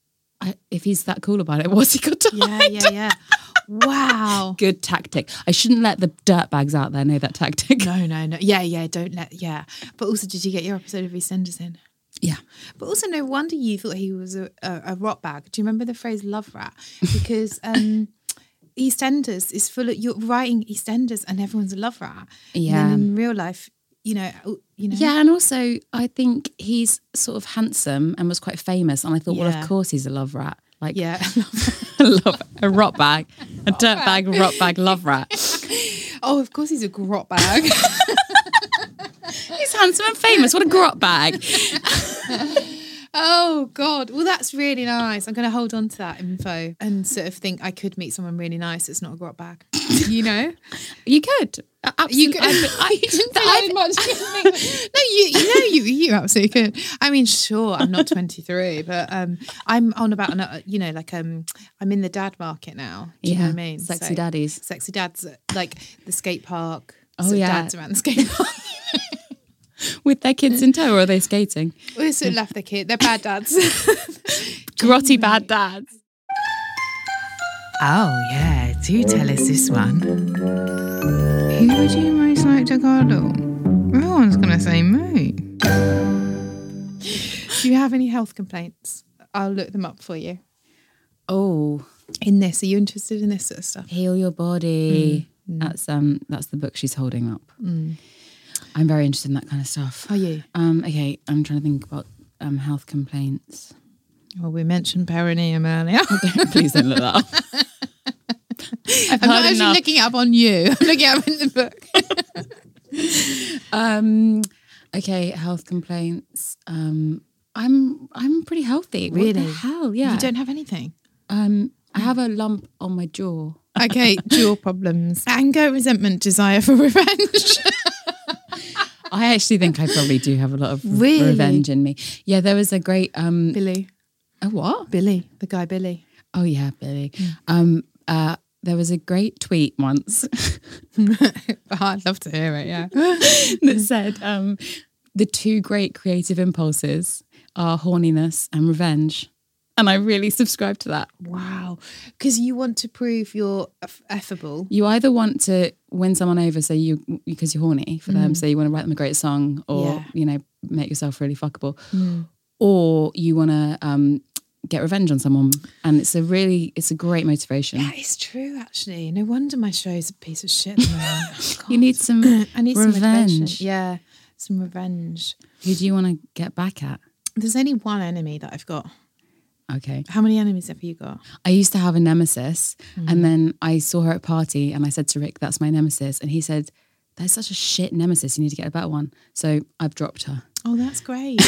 [SPEAKER 2] I, if he's that cool about it, what's he got to
[SPEAKER 1] get-
[SPEAKER 2] hide?
[SPEAKER 1] yeah, yeah, yeah. Wow.
[SPEAKER 2] Good tactic. I shouldn't let the dirtbags out there know that tactic.
[SPEAKER 1] No, no, no. Yeah, yeah. Don't let. Yeah. But also, did you get your episode of EastEnders in?
[SPEAKER 2] Yeah.
[SPEAKER 1] But also, no wonder you thought he was a, a, a rot bag. Do you remember the phrase "love rat"? Because um, EastEnders is full of you're writing EastEnders, and everyone's a love rat. And
[SPEAKER 2] Yeah.
[SPEAKER 1] then in real life, you know, oh, you know.
[SPEAKER 2] Yeah, and also I think he's sort of handsome and was quite famous. And I thought, well,
[SPEAKER 1] Yeah.
[SPEAKER 2] of course he's a love rat. Like,
[SPEAKER 1] Yeah.
[SPEAKER 2] a love, a rot bag, a dirtbag, rot bag, love rat.
[SPEAKER 1] Oh, of course, he's a grot bag.
[SPEAKER 2] He's handsome and famous. What a grot bag.
[SPEAKER 1] Oh God! Well, that's really nice. I'm going to hold on to that info and sort of think I could meet someone really nice. It's not a grot bag, you know.
[SPEAKER 2] You could. Absolutely.
[SPEAKER 1] You could.
[SPEAKER 2] I,
[SPEAKER 1] Didn't think I did much. no, you, you know, you, you absolutely could. I mean, sure, I'm not 23, but um, I'm on about an, you know, like um, I'm in the dad market now. Do you know what I mean?
[SPEAKER 2] Sexy
[SPEAKER 1] So-
[SPEAKER 2] daddies.
[SPEAKER 1] Sexy dads, like the skate park.
[SPEAKER 2] Oh,
[SPEAKER 1] sort of
[SPEAKER 2] yeah.
[SPEAKER 1] dads around the skate park.
[SPEAKER 2] With their kids in tow or are they skating?
[SPEAKER 1] we sort of left the kid. They're bad dads.
[SPEAKER 2] Grotty bad dads.
[SPEAKER 1] Oh, yeah. Do tell us this one. Who would you most like to cuddle? No one's going to say me. Do you have any health complaints? I'll look them up for you.
[SPEAKER 2] Oh,
[SPEAKER 1] In this, are you interested in this sort of stuff?
[SPEAKER 2] heal your body. Mm. That's um that's the book she's holding up. I'm very interested in that kind of stuff.
[SPEAKER 1] Are you?
[SPEAKER 2] Um okay, I'm trying to think about um health complaints.
[SPEAKER 1] Well, we mentioned perineum earlier.
[SPEAKER 2] Please don't look that up. I've
[SPEAKER 1] I'm not
[SPEAKER 2] heard
[SPEAKER 1] actually
[SPEAKER 2] enough.
[SPEAKER 1] looking it up on you. I'm looking it up in the book.
[SPEAKER 2] Um okay, health complaints. Um I'm I'm pretty healthy. What the
[SPEAKER 1] Really?
[SPEAKER 2] hell? Yeah.
[SPEAKER 1] You don't have anything.
[SPEAKER 2] um I have a lump on my jaw.
[SPEAKER 1] Okay, dual problems. Anger, resentment, desire for revenge.
[SPEAKER 2] I actually think I probably do have a lot of re-
[SPEAKER 1] Really?
[SPEAKER 2] revenge in me. Yeah, there was a great um
[SPEAKER 1] Billy.
[SPEAKER 2] a what?
[SPEAKER 1] Billy. The guy Billy.
[SPEAKER 2] Oh yeah, Billy. Um, uh, there was a great tweet once
[SPEAKER 1] I'd love to hear it, yeah.
[SPEAKER 2] that said, um, "The two great creative impulses are horniness and revenge," and I really subscribe to that.
[SPEAKER 1] Wow. Because you want to prove you're eff- effable.
[SPEAKER 2] You either want to win someone over, so you because you're horny for them, so you want to write them a great song, or
[SPEAKER 1] Mm. Yeah. Mm.
[SPEAKER 2] you know make yourself really fuckable, or you want to um, get revenge on someone, and it's a really it's a great motivation.
[SPEAKER 1] That is true, actually. No wonder my show's a piece of shit. at the moment.
[SPEAKER 2] You need some.
[SPEAKER 1] I need some
[SPEAKER 2] revenge.
[SPEAKER 1] revenge. Yeah, some revenge.
[SPEAKER 2] Who do you want to get back at?
[SPEAKER 1] There's only one enemy that I've got.
[SPEAKER 2] Okay.
[SPEAKER 1] How many enemies have you got?
[SPEAKER 2] I used to have a nemesis,
[SPEAKER 1] Mm-hmm.
[SPEAKER 2] and then I saw her at a party, and I said to Rick, "That's my nemesis," and he said, "That's such a shit nemesis. You need to get a better one." So I've dropped her.
[SPEAKER 1] Oh, that's great.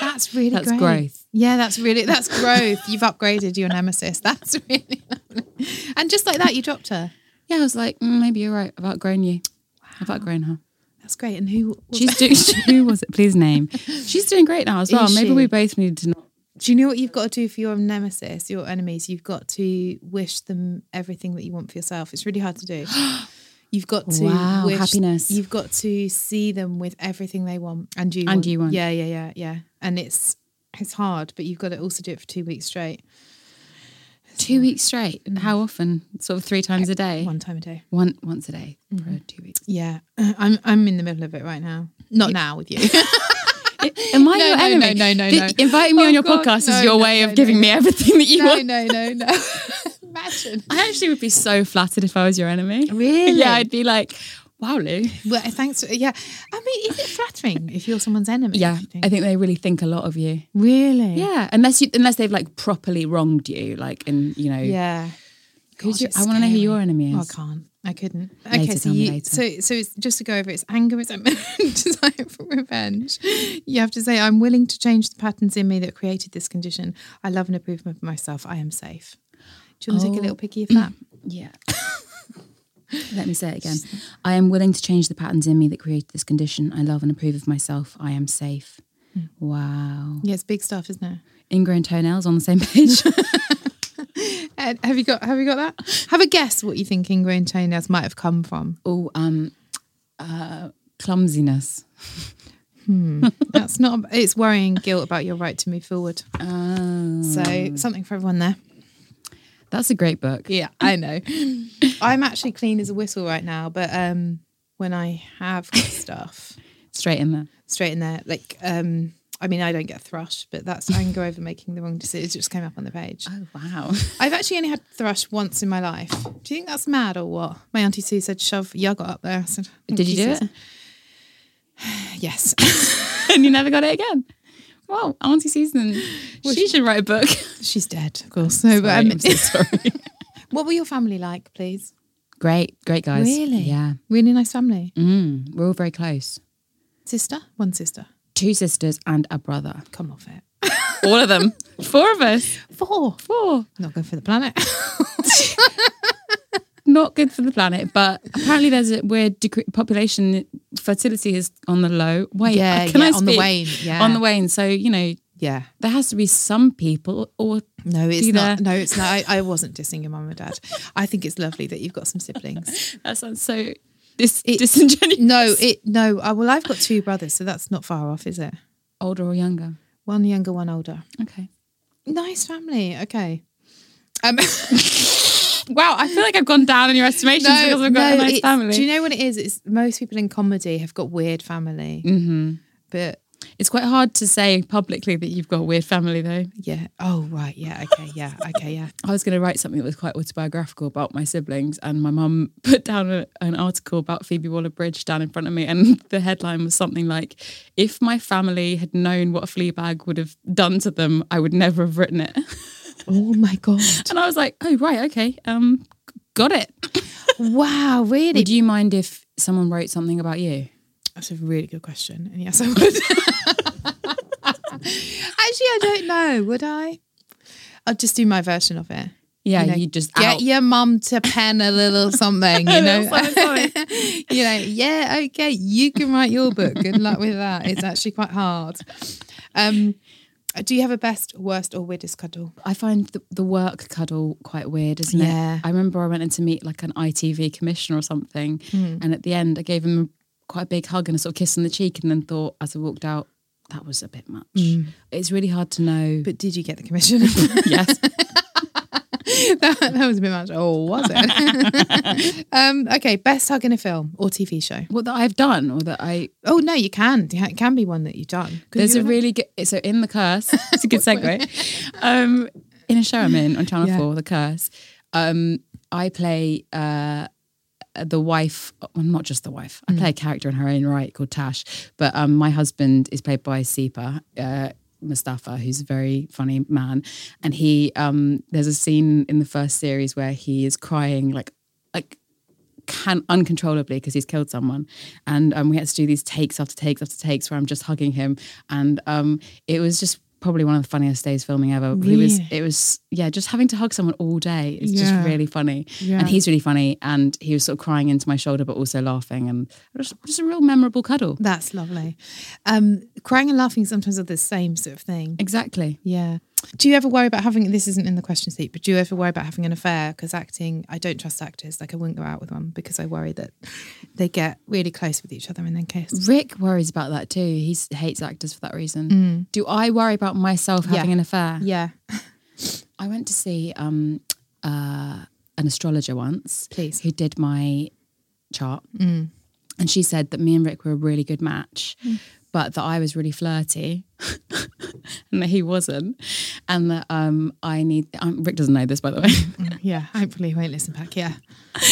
[SPEAKER 1] That's really
[SPEAKER 2] That's
[SPEAKER 1] great.
[SPEAKER 2] growth.
[SPEAKER 1] Yeah, that's really that's growth. You've upgraded your nemesis. That's really lovely. And just like that, you dropped her.
[SPEAKER 2] Yeah, I was like, mm, maybe you're right. I've outgrown you. I've outgrown her.
[SPEAKER 1] That's great. And who was
[SPEAKER 2] She's doing. who was it? Please name. She's doing great now as well.
[SPEAKER 1] Is
[SPEAKER 2] Maybe
[SPEAKER 1] she?
[SPEAKER 2] we both need to. Not-
[SPEAKER 1] Do you know what you've got to do for your nemesis, your enemies? You've got to wish them everything that you want for yourself. It's really hard to do. You've got to
[SPEAKER 2] Wow,
[SPEAKER 1] wish,
[SPEAKER 2] happiness.
[SPEAKER 1] You've got to see them with everything they want, and you
[SPEAKER 2] And you want.
[SPEAKER 1] Yeah, yeah, yeah, yeah. And it's it's hard, but you've got to also do it for two weeks straight,
[SPEAKER 2] Two weeks straight. And how often? Sort of three times a day.
[SPEAKER 1] one Mm-hmm. time a day.
[SPEAKER 2] One once a day for two weeks.
[SPEAKER 1] Yeah, I'm I'm in the middle of it right now. Not now with you.
[SPEAKER 2] Am I
[SPEAKER 1] No,
[SPEAKER 2] your
[SPEAKER 1] no,
[SPEAKER 2] enemy?
[SPEAKER 1] no, no, no,
[SPEAKER 2] The-
[SPEAKER 1] no.
[SPEAKER 2] Inviting me
[SPEAKER 1] Oh,
[SPEAKER 2] on your
[SPEAKER 1] God,
[SPEAKER 2] podcast
[SPEAKER 1] no,
[SPEAKER 2] is your
[SPEAKER 1] no,
[SPEAKER 2] way
[SPEAKER 1] no,
[SPEAKER 2] of
[SPEAKER 1] no,
[SPEAKER 2] giving me everything that you
[SPEAKER 1] no,
[SPEAKER 2] want.
[SPEAKER 1] no, no, no. Imagine.
[SPEAKER 2] I actually would be so flattered if I was your enemy.
[SPEAKER 1] Really?
[SPEAKER 2] Yeah, I'd be like, wow, Lou.
[SPEAKER 1] Well, thanks. For, yeah. I mean, is it flattering if you're someone's enemy?
[SPEAKER 2] Yeah,
[SPEAKER 1] do you
[SPEAKER 2] I think they really think a lot of you.
[SPEAKER 1] Really?
[SPEAKER 2] Yeah, unless you unless they've like properly wronged you, like and you know,
[SPEAKER 1] Yeah.
[SPEAKER 2] Who's
[SPEAKER 1] God,
[SPEAKER 2] your-
[SPEAKER 1] it's
[SPEAKER 2] I wanna know who
[SPEAKER 1] scary.
[SPEAKER 2] your enemy
[SPEAKER 1] Oh,
[SPEAKER 2] is.
[SPEAKER 1] I can't. I couldn't.
[SPEAKER 2] Later,
[SPEAKER 1] okay, so
[SPEAKER 2] tell me
[SPEAKER 1] you,
[SPEAKER 2] later.
[SPEAKER 1] so so it's just to go over. It's anger, resentment, desire for revenge. You have to say, "I'm willing to change the patterns in me that created this condition. I love and approve of myself. I am safe." Do you want to take a
[SPEAKER 2] Oh.
[SPEAKER 1] little picky of that?
[SPEAKER 2] yeah. Let me say it again. I am willing to change the patterns in me that created this condition. I love and approve of myself. I am safe. Wow.
[SPEAKER 1] yeah, it's big stuff, isn't it?
[SPEAKER 2] Ingrown toenails on the same page.
[SPEAKER 1] Ed, Uh, have you got Have you got that? Have a guess what you think ingrown toenails might have come from.
[SPEAKER 2] oh, um, uh, clumsiness.
[SPEAKER 1] That's not. It's worrying guilt about your right to move forward.
[SPEAKER 2] Oh.
[SPEAKER 1] So something for everyone there.
[SPEAKER 2] That's a great book.
[SPEAKER 1] Yeah, I know. I'm actually clean as a whistle right now, but um, when I have got stuff
[SPEAKER 2] Straight in there.
[SPEAKER 1] straight in there, like um, I mean, I don't get thrush, but that's anger over making the wrong decisions. It just came up on the page.
[SPEAKER 2] Oh wow.
[SPEAKER 1] I've actually only had thrush once in my life. Do you think that's mad or what? My auntie Sue said, "Shove your got up there." I said, "I think
[SPEAKER 2] Did you
[SPEAKER 1] she
[SPEAKER 2] do
[SPEAKER 1] said- Yes.
[SPEAKER 2] and you never got it again. Well, Auntie Susan, she should write a book.
[SPEAKER 1] She's dead, of course. No, but um,
[SPEAKER 2] I'm so sorry.
[SPEAKER 1] what were your family like, please?
[SPEAKER 2] Great, great guys.
[SPEAKER 1] Really?
[SPEAKER 2] Yeah.
[SPEAKER 1] Really nice family.
[SPEAKER 2] Mm, we're all very close.
[SPEAKER 1] Sister, one sister.
[SPEAKER 2] Two sisters and a brother.
[SPEAKER 1] Come off it.
[SPEAKER 2] All of them. Four of us.
[SPEAKER 1] Four.
[SPEAKER 2] Four.
[SPEAKER 1] Not good for the planet.
[SPEAKER 2] Not good for the planet, but apparently there's a weird decre- population fertility is on the low. Wait,
[SPEAKER 1] Yeah,
[SPEAKER 2] can I
[SPEAKER 1] yeah, on the
[SPEAKER 2] speak?
[SPEAKER 1] wane, yeah.
[SPEAKER 2] on the wane. So you know
[SPEAKER 1] yeah.
[SPEAKER 2] there has to be some people, or
[SPEAKER 1] No, it's
[SPEAKER 2] you
[SPEAKER 1] not.
[SPEAKER 2] there?
[SPEAKER 1] No, it's not. I, I wasn't dissing your mum and dad. I think it's lovely that you've got some siblings.
[SPEAKER 2] that sounds so dis-
[SPEAKER 1] It-
[SPEAKER 2] disingenuous.
[SPEAKER 1] No, it no. I, well, I've got two brothers, so that's not far off, is it?
[SPEAKER 2] older or younger.
[SPEAKER 1] One younger, one older.
[SPEAKER 2] Okay.
[SPEAKER 1] Nice family. Okay. Um,
[SPEAKER 2] Wow, I feel like I've gone down in your estimations because I've got a nice
[SPEAKER 1] it's-
[SPEAKER 2] family.
[SPEAKER 1] Do you know what it is? It's most people in comedy have got weird family,
[SPEAKER 2] Mm-hmm.
[SPEAKER 1] but
[SPEAKER 2] it's quite hard to say publicly that you've got a weird family, though.
[SPEAKER 1] yeah. Oh right, yeah. Okay, yeah. Okay, yeah.
[SPEAKER 2] I was going to write something that was quite autobiographical about my siblings, and my mum put down a, an article about Phoebe Waller Bridge down in front of me, and the headline was something like, If my family had known what Fleabag would have done to them, I would never have written it.
[SPEAKER 1] Oh my god!
[SPEAKER 2] And I was like, Oh, right, okay, um, g- got it.
[SPEAKER 1] Wow, really?
[SPEAKER 2] Would you mind if someone wrote something about you?
[SPEAKER 1] That's a really good question. And yes, I would. Actually, I don't know. Would I? I'll just do my version of it.
[SPEAKER 2] Yeah, you,
[SPEAKER 1] know,
[SPEAKER 2] just
[SPEAKER 1] Get
[SPEAKER 2] out.
[SPEAKER 1] your mum to pen a little something, you know.
[SPEAKER 2] sorry.
[SPEAKER 1] you know, yeah, okay, you can write your book. Good luck with that. It's actually quite hard. Um, do you have a best, worst, or weirdest cuddle?
[SPEAKER 2] I find the, the work cuddle quite weird, isn't
[SPEAKER 1] Yeah.
[SPEAKER 2] it? I remember I went in to meet like an ITV commissioner or something,
[SPEAKER 1] Hmm.
[SPEAKER 2] and at the end I gave him quite a big hug and a sort of kiss on the cheek, and then thought as I walked out that was a bit much. It's really hard to know.
[SPEAKER 1] Hmm. But did you get the commission?
[SPEAKER 2] yes,
[SPEAKER 1] that, that was a bit much. Oh, was it? um, okay, best hug in a film or TV show.
[SPEAKER 2] what that I've done or that I
[SPEAKER 1] Oh no, you can. It can be one that you've done. Could
[SPEAKER 2] there's
[SPEAKER 1] you
[SPEAKER 2] a
[SPEAKER 1] do that?
[SPEAKER 2] really good so in the curse. It's a good segue. Um, in a show I'm in on Channel Four, the curse. Um, I play uh, the wife. Well, not just the wife. I play a character in her own right called Tash. But um, my husband is played by Sipa. Uh, Mustafa, who's a very funny man, and he um, there's a scene in the first series where he is crying like like can uncontrollably because he's killed someone, and um, we had to do these takes after takes after takes where I'm just hugging him, and um, it was just probably one of the funniest days filming ever. He was, it was, yeah, just having to hug someone all day is
[SPEAKER 1] Yeah.
[SPEAKER 2] just really funny, and he's really funny, and he was sort of crying into my shoulder but also laughing, and it was just a real memorable cuddle.
[SPEAKER 1] That's lovely. Um, crying and laughing sometimes are the same sort of thing.
[SPEAKER 2] Exactly.
[SPEAKER 1] Yeah. Do you ever worry about having this? Isn't in the question seat, but do you ever worry about having an affair? Because acting, I don't trust actors. Like I wouldn't go out with one because I worry that they get really close with each other and then kiss.
[SPEAKER 2] Rick worries about that too. He s- hates actors for that reason. Do I worry about myself having an affair?
[SPEAKER 1] Mm. Yeah.
[SPEAKER 2] I went to see um, uh, an astrologer once,
[SPEAKER 1] Please. Mm.
[SPEAKER 2] who did my chart, And she said that me and Rick were a really good match, but that I was really flirty and that he wasn't. And that um, I need, um, Rick doesn't know this, by the way.
[SPEAKER 1] Yeah, hopefully he won't listen back. Yeah.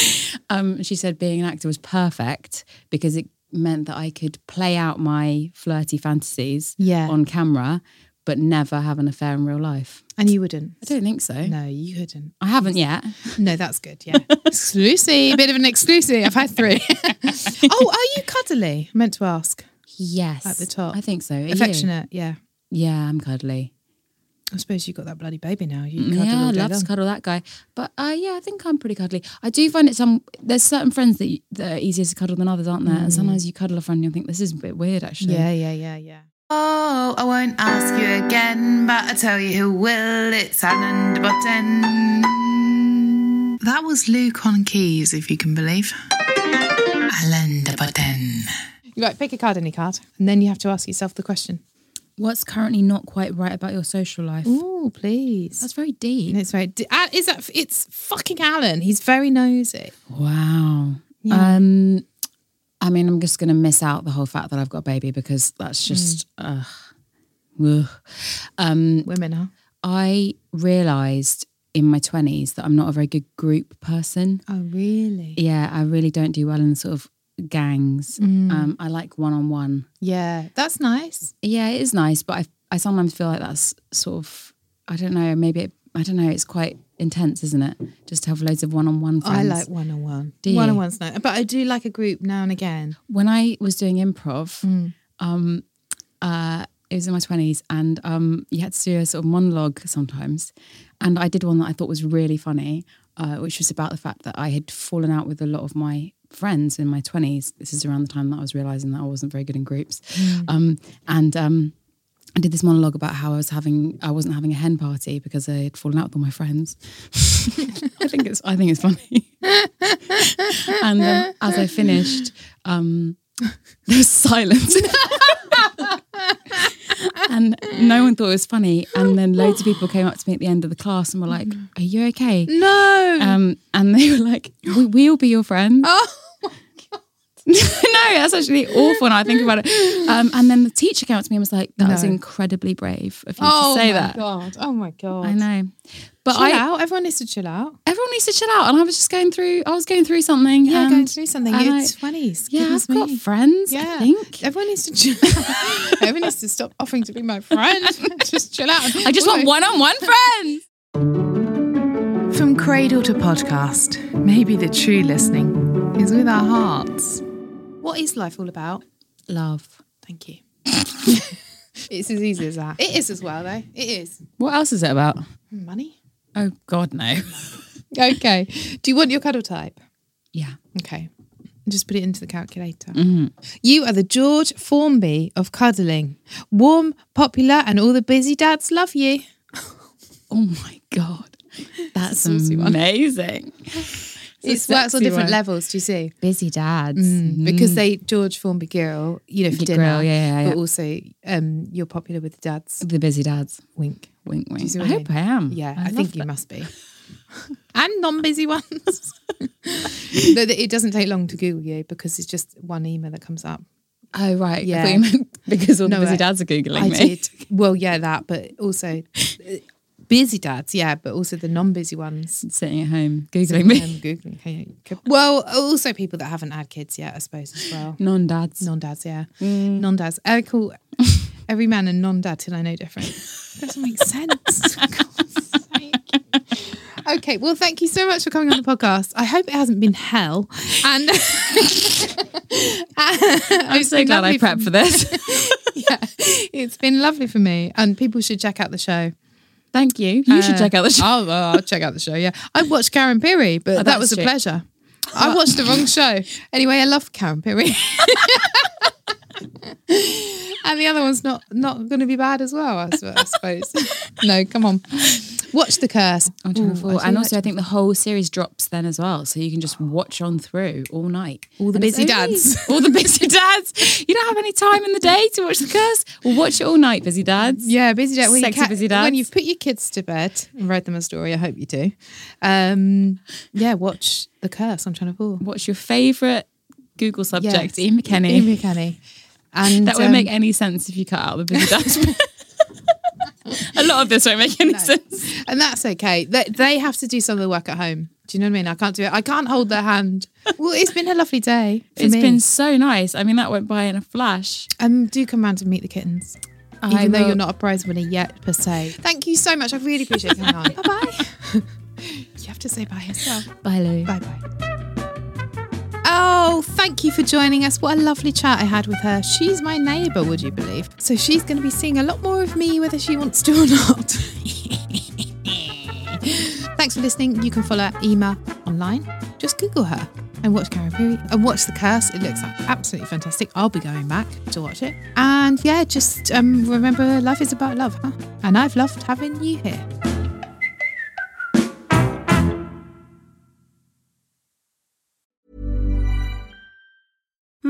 [SPEAKER 2] um, she said being an actor was perfect because it meant that I could play out my flirty fantasies
[SPEAKER 1] Yeah.
[SPEAKER 2] on camera, but never have an affair in real life.
[SPEAKER 1] And you wouldn't.
[SPEAKER 2] I don't think so.
[SPEAKER 1] No, you couldn't.
[SPEAKER 2] I haven't yet.
[SPEAKER 1] No, that's good. Yeah. exclusive. Bit of an exclusive. I've had three. oh, are you cuddly? I meant to ask.
[SPEAKER 2] Yes.
[SPEAKER 1] At the top.
[SPEAKER 2] I think so. Are you?
[SPEAKER 1] Affectionate. Yeah.
[SPEAKER 2] Yeah, I'm cuddly.
[SPEAKER 1] I suppose you've got that bloody baby now. You cuddle
[SPEAKER 2] yeah,
[SPEAKER 1] all
[SPEAKER 2] I
[SPEAKER 1] day
[SPEAKER 2] love
[SPEAKER 1] long.
[SPEAKER 2] to cuddle that guy. But uh, yeah, I think I'm pretty cuddly. I do find it some. There's certain friends that, you, that are easier to cuddle than others, aren't there? And sometimes you cuddle a friend and you think this is a bit weird, actually.
[SPEAKER 1] Mm. Yeah, yeah, yeah, yeah. Oh, I won't ask you again, but I tell you who will. It's Alan de Button. That was Luke on keys, if you can believe. Alan de Button. Right, pick a card, any card, and then you have to ask yourself the question.
[SPEAKER 2] What's currently not quite right about your social life?
[SPEAKER 1] Oh, please.
[SPEAKER 2] That's very deep.
[SPEAKER 1] And it's right. d- Ah, Is that? It's fucking Alan. He's very nosy.
[SPEAKER 2] Wow. Um, I mean, I'm just going to miss out the whole fact that I've got a baby because
[SPEAKER 1] Mm.
[SPEAKER 2] that's just. ugh. Ugh. Um,
[SPEAKER 1] Women are.
[SPEAKER 2] I realised in my 20s that I'm not a very good group person.
[SPEAKER 1] Oh, really?
[SPEAKER 2] Yeah, I really don't do well in sort of gangs.
[SPEAKER 1] Mm.
[SPEAKER 2] Um, I like one on one.
[SPEAKER 1] Yeah, that's nice.
[SPEAKER 2] Yeah, it is nice, but I I sometimes feel like that's sort of I don't know. Maybe it, I don't know. It's quite intense, isn't it? Just to have loads of one on one friends.
[SPEAKER 1] I like one on one.
[SPEAKER 2] Do you?
[SPEAKER 1] One on one's nice, but I do like a group now and again.
[SPEAKER 2] when I was doing improv. Um, uh, it was in my twenties, and um, you had to do a sort of monologue sometimes. And I did one that I thought was really funny, uh, which was about the fact that I had fallen out with a lot of my friends in my twenties. This is around the time that I was realizing that I wasn't very good in groups, um, and. Um, I did this monologue about how I was having I wasn't having a hen party because I had fallen out with all my friends. I think it's I think it's funny. and um, as I finished, um, there was silence. and no one thought it was funny. And then loads of people came up to me at the end of the class and were like, Are you okay?
[SPEAKER 1] No.
[SPEAKER 2] Um, and they were like, we, We'll be your friends.
[SPEAKER 1] Oh,
[SPEAKER 2] no, that's actually awful now I think about it. Um, and then the teacher came up to me and was like, That was incredibly brave of you to say
[SPEAKER 1] Oh my
[SPEAKER 2] that.
[SPEAKER 1] god! Oh my god!
[SPEAKER 2] I know. But
[SPEAKER 1] Chill
[SPEAKER 2] I,
[SPEAKER 1] out. Everyone needs to chill out.
[SPEAKER 2] everyone needs to chill out. And I was just going through, I was going through something.
[SPEAKER 1] Yeah,
[SPEAKER 2] and
[SPEAKER 1] going through something.
[SPEAKER 2] Um, and
[SPEAKER 1] You're
[SPEAKER 2] I-
[SPEAKER 1] twenties.
[SPEAKER 2] Yeah, I've got friends, I think.
[SPEAKER 1] everyone needs to chill. out. everyone needs to stop offering to be my friend. just chill out.
[SPEAKER 2] I just want
[SPEAKER 1] Also,
[SPEAKER 2] one on one friends.
[SPEAKER 1] From cradle to podcast, maybe the true listening is with our hearts. What is life all about?
[SPEAKER 2] Love.
[SPEAKER 1] Thank you. it's as easy as that. It is as well, though. It is
[SPEAKER 2] What else is it about?
[SPEAKER 1] money.
[SPEAKER 2] Oh God, no.
[SPEAKER 1] Okay. Do you want your cuddle type?
[SPEAKER 2] yeah.
[SPEAKER 1] Okay. Just put it into the calculator.
[SPEAKER 2] Mm-hmm.
[SPEAKER 1] You are the George Formby of cuddling. Warm, popular, and all the busy dads love you.
[SPEAKER 2] Oh my God, that's
[SPEAKER 1] saucy one.
[SPEAKER 2] amazing.
[SPEAKER 1] It works on
[SPEAKER 2] sexy
[SPEAKER 1] different
[SPEAKER 2] one.
[SPEAKER 1] levels, do you see?
[SPEAKER 2] Busy dads.
[SPEAKER 1] Because they George Formby girl, you know, for
[SPEAKER 2] Girl,
[SPEAKER 1] dinner.
[SPEAKER 2] yeah, yeah,
[SPEAKER 1] but
[SPEAKER 2] yeah.
[SPEAKER 1] also um, you're popular with the dads.
[SPEAKER 2] The busy dads.
[SPEAKER 1] Wink.
[SPEAKER 2] Wink, wink.
[SPEAKER 1] see
[SPEAKER 2] I
[SPEAKER 1] what I
[SPEAKER 2] hope
[SPEAKER 1] mean?
[SPEAKER 2] I am.
[SPEAKER 1] Yeah,
[SPEAKER 2] I,
[SPEAKER 1] I, think you must be. and non-busy ones. No, it doesn't take long to Google you because it's just one email that comes up.
[SPEAKER 2] Oh right.
[SPEAKER 1] Yeah.
[SPEAKER 2] Yeah. because all
[SPEAKER 1] No,
[SPEAKER 2] the busy
[SPEAKER 1] I-
[SPEAKER 2] dads are googling
[SPEAKER 1] I
[SPEAKER 2] me.
[SPEAKER 1] did. Well, yeah, that, but also uh, busy dads, yeah, but also the non-busy ones.
[SPEAKER 2] Sitting at home googling me.
[SPEAKER 1] Um, Googling. hey, could- Well, also people that haven't had kids yet, I suppose as well.
[SPEAKER 2] Non-dads.
[SPEAKER 1] Non-dads, yeah,
[SPEAKER 2] Mm.
[SPEAKER 1] non-dads. I call every man a non-dad till I know different. Doesn't make sense. God's sake. Okay, well, thank you so much for coming on the podcast. I hope it hasn't been hell. And
[SPEAKER 2] I'm so glad I prepped for this.
[SPEAKER 1] yeah, it's been lovely for me. And people should check out the show.
[SPEAKER 2] Thank you. You should check out the show. Oh,
[SPEAKER 1] Oh, well, I'll check out the show. Yeah, I watched Karen Peary, but that
[SPEAKER 2] that's
[SPEAKER 1] was a
[SPEAKER 2] true.
[SPEAKER 1] pleasure. I watched the wrong show. Anyway, I love Karen Peary, and the other one's not not going to be bad as well. I, s- I suppose. no, come on, watch the curse.
[SPEAKER 2] On Channel
[SPEAKER 1] Ooh,
[SPEAKER 2] Four,
[SPEAKER 1] I
[SPEAKER 2] Oh, and
[SPEAKER 1] do
[SPEAKER 2] also
[SPEAKER 1] like
[SPEAKER 2] I think the whole series drops then as well, so you can just watch on through all night.
[SPEAKER 1] All the
[SPEAKER 2] And it's
[SPEAKER 1] busy
[SPEAKER 2] only-
[SPEAKER 1] dads.
[SPEAKER 2] all the busy dads. You don't have any time in the day to watch the curse. Well, watch it all night, busy dads.
[SPEAKER 1] Yeah, busy dad. When you
[SPEAKER 2] Sexy
[SPEAKER 1] ca-
[SPEAKER 2] busy dads.
[SPEAKER 1] When you've put your kids to bed and read them a story, I hope you do. Um, yeah, watch the curse on Channel Four.
[SPEAKER 2] What's your favourite Google subject,
[SPEAKER 1] Yes.
[SPEAKER 2] Ian McKenney.
[SPEAKER 1] Ian McKenney. And
[SPEAKER 2] that won't
[SPEAKER 1] um,
[SPEAKER 2] make any sense if you cut out the busy dustbin. a lot of this won't make any sense.
[SPEAKER 1] and that's okay. They, they have to do some of the work at home. Do you know what I mean? I can't do it. I can't hold their hand. Well, it's been a lovely day. for
[SPEAKER 2] It's
[SPEAKER 1] me.
[SPEAKER 2] been so nice. I mean, that went by in a flash.
[SPEAKER 1] Um, do come round and meet the kittens. Even
[SPEAKER 2] I
[SPEAKER 1] though
[SPEAKER 2] will.
[SPEAKER 1] you're not a prize winner yet, per se. Thank you so much. I really appreciate you coming on. bye bye. you have to say bye yourself.
[SPEAKER 2] Bye, Lou.
[SPEAKER 1] Bye bye. Oh, thank you for joining us. What a lovely chat I had with her. She's my neighbour, would you believe? So she's going to be seeing a lot more of me, whether she wants to or not. Thanks for listening. You can follow Ema online. Just Google her and watch Karen Peary and watch The Curse. It looks absolutely fantastic. I'll be going back to watch it. And yeah, just um, remember life is about love, huh? And I've loved having you here.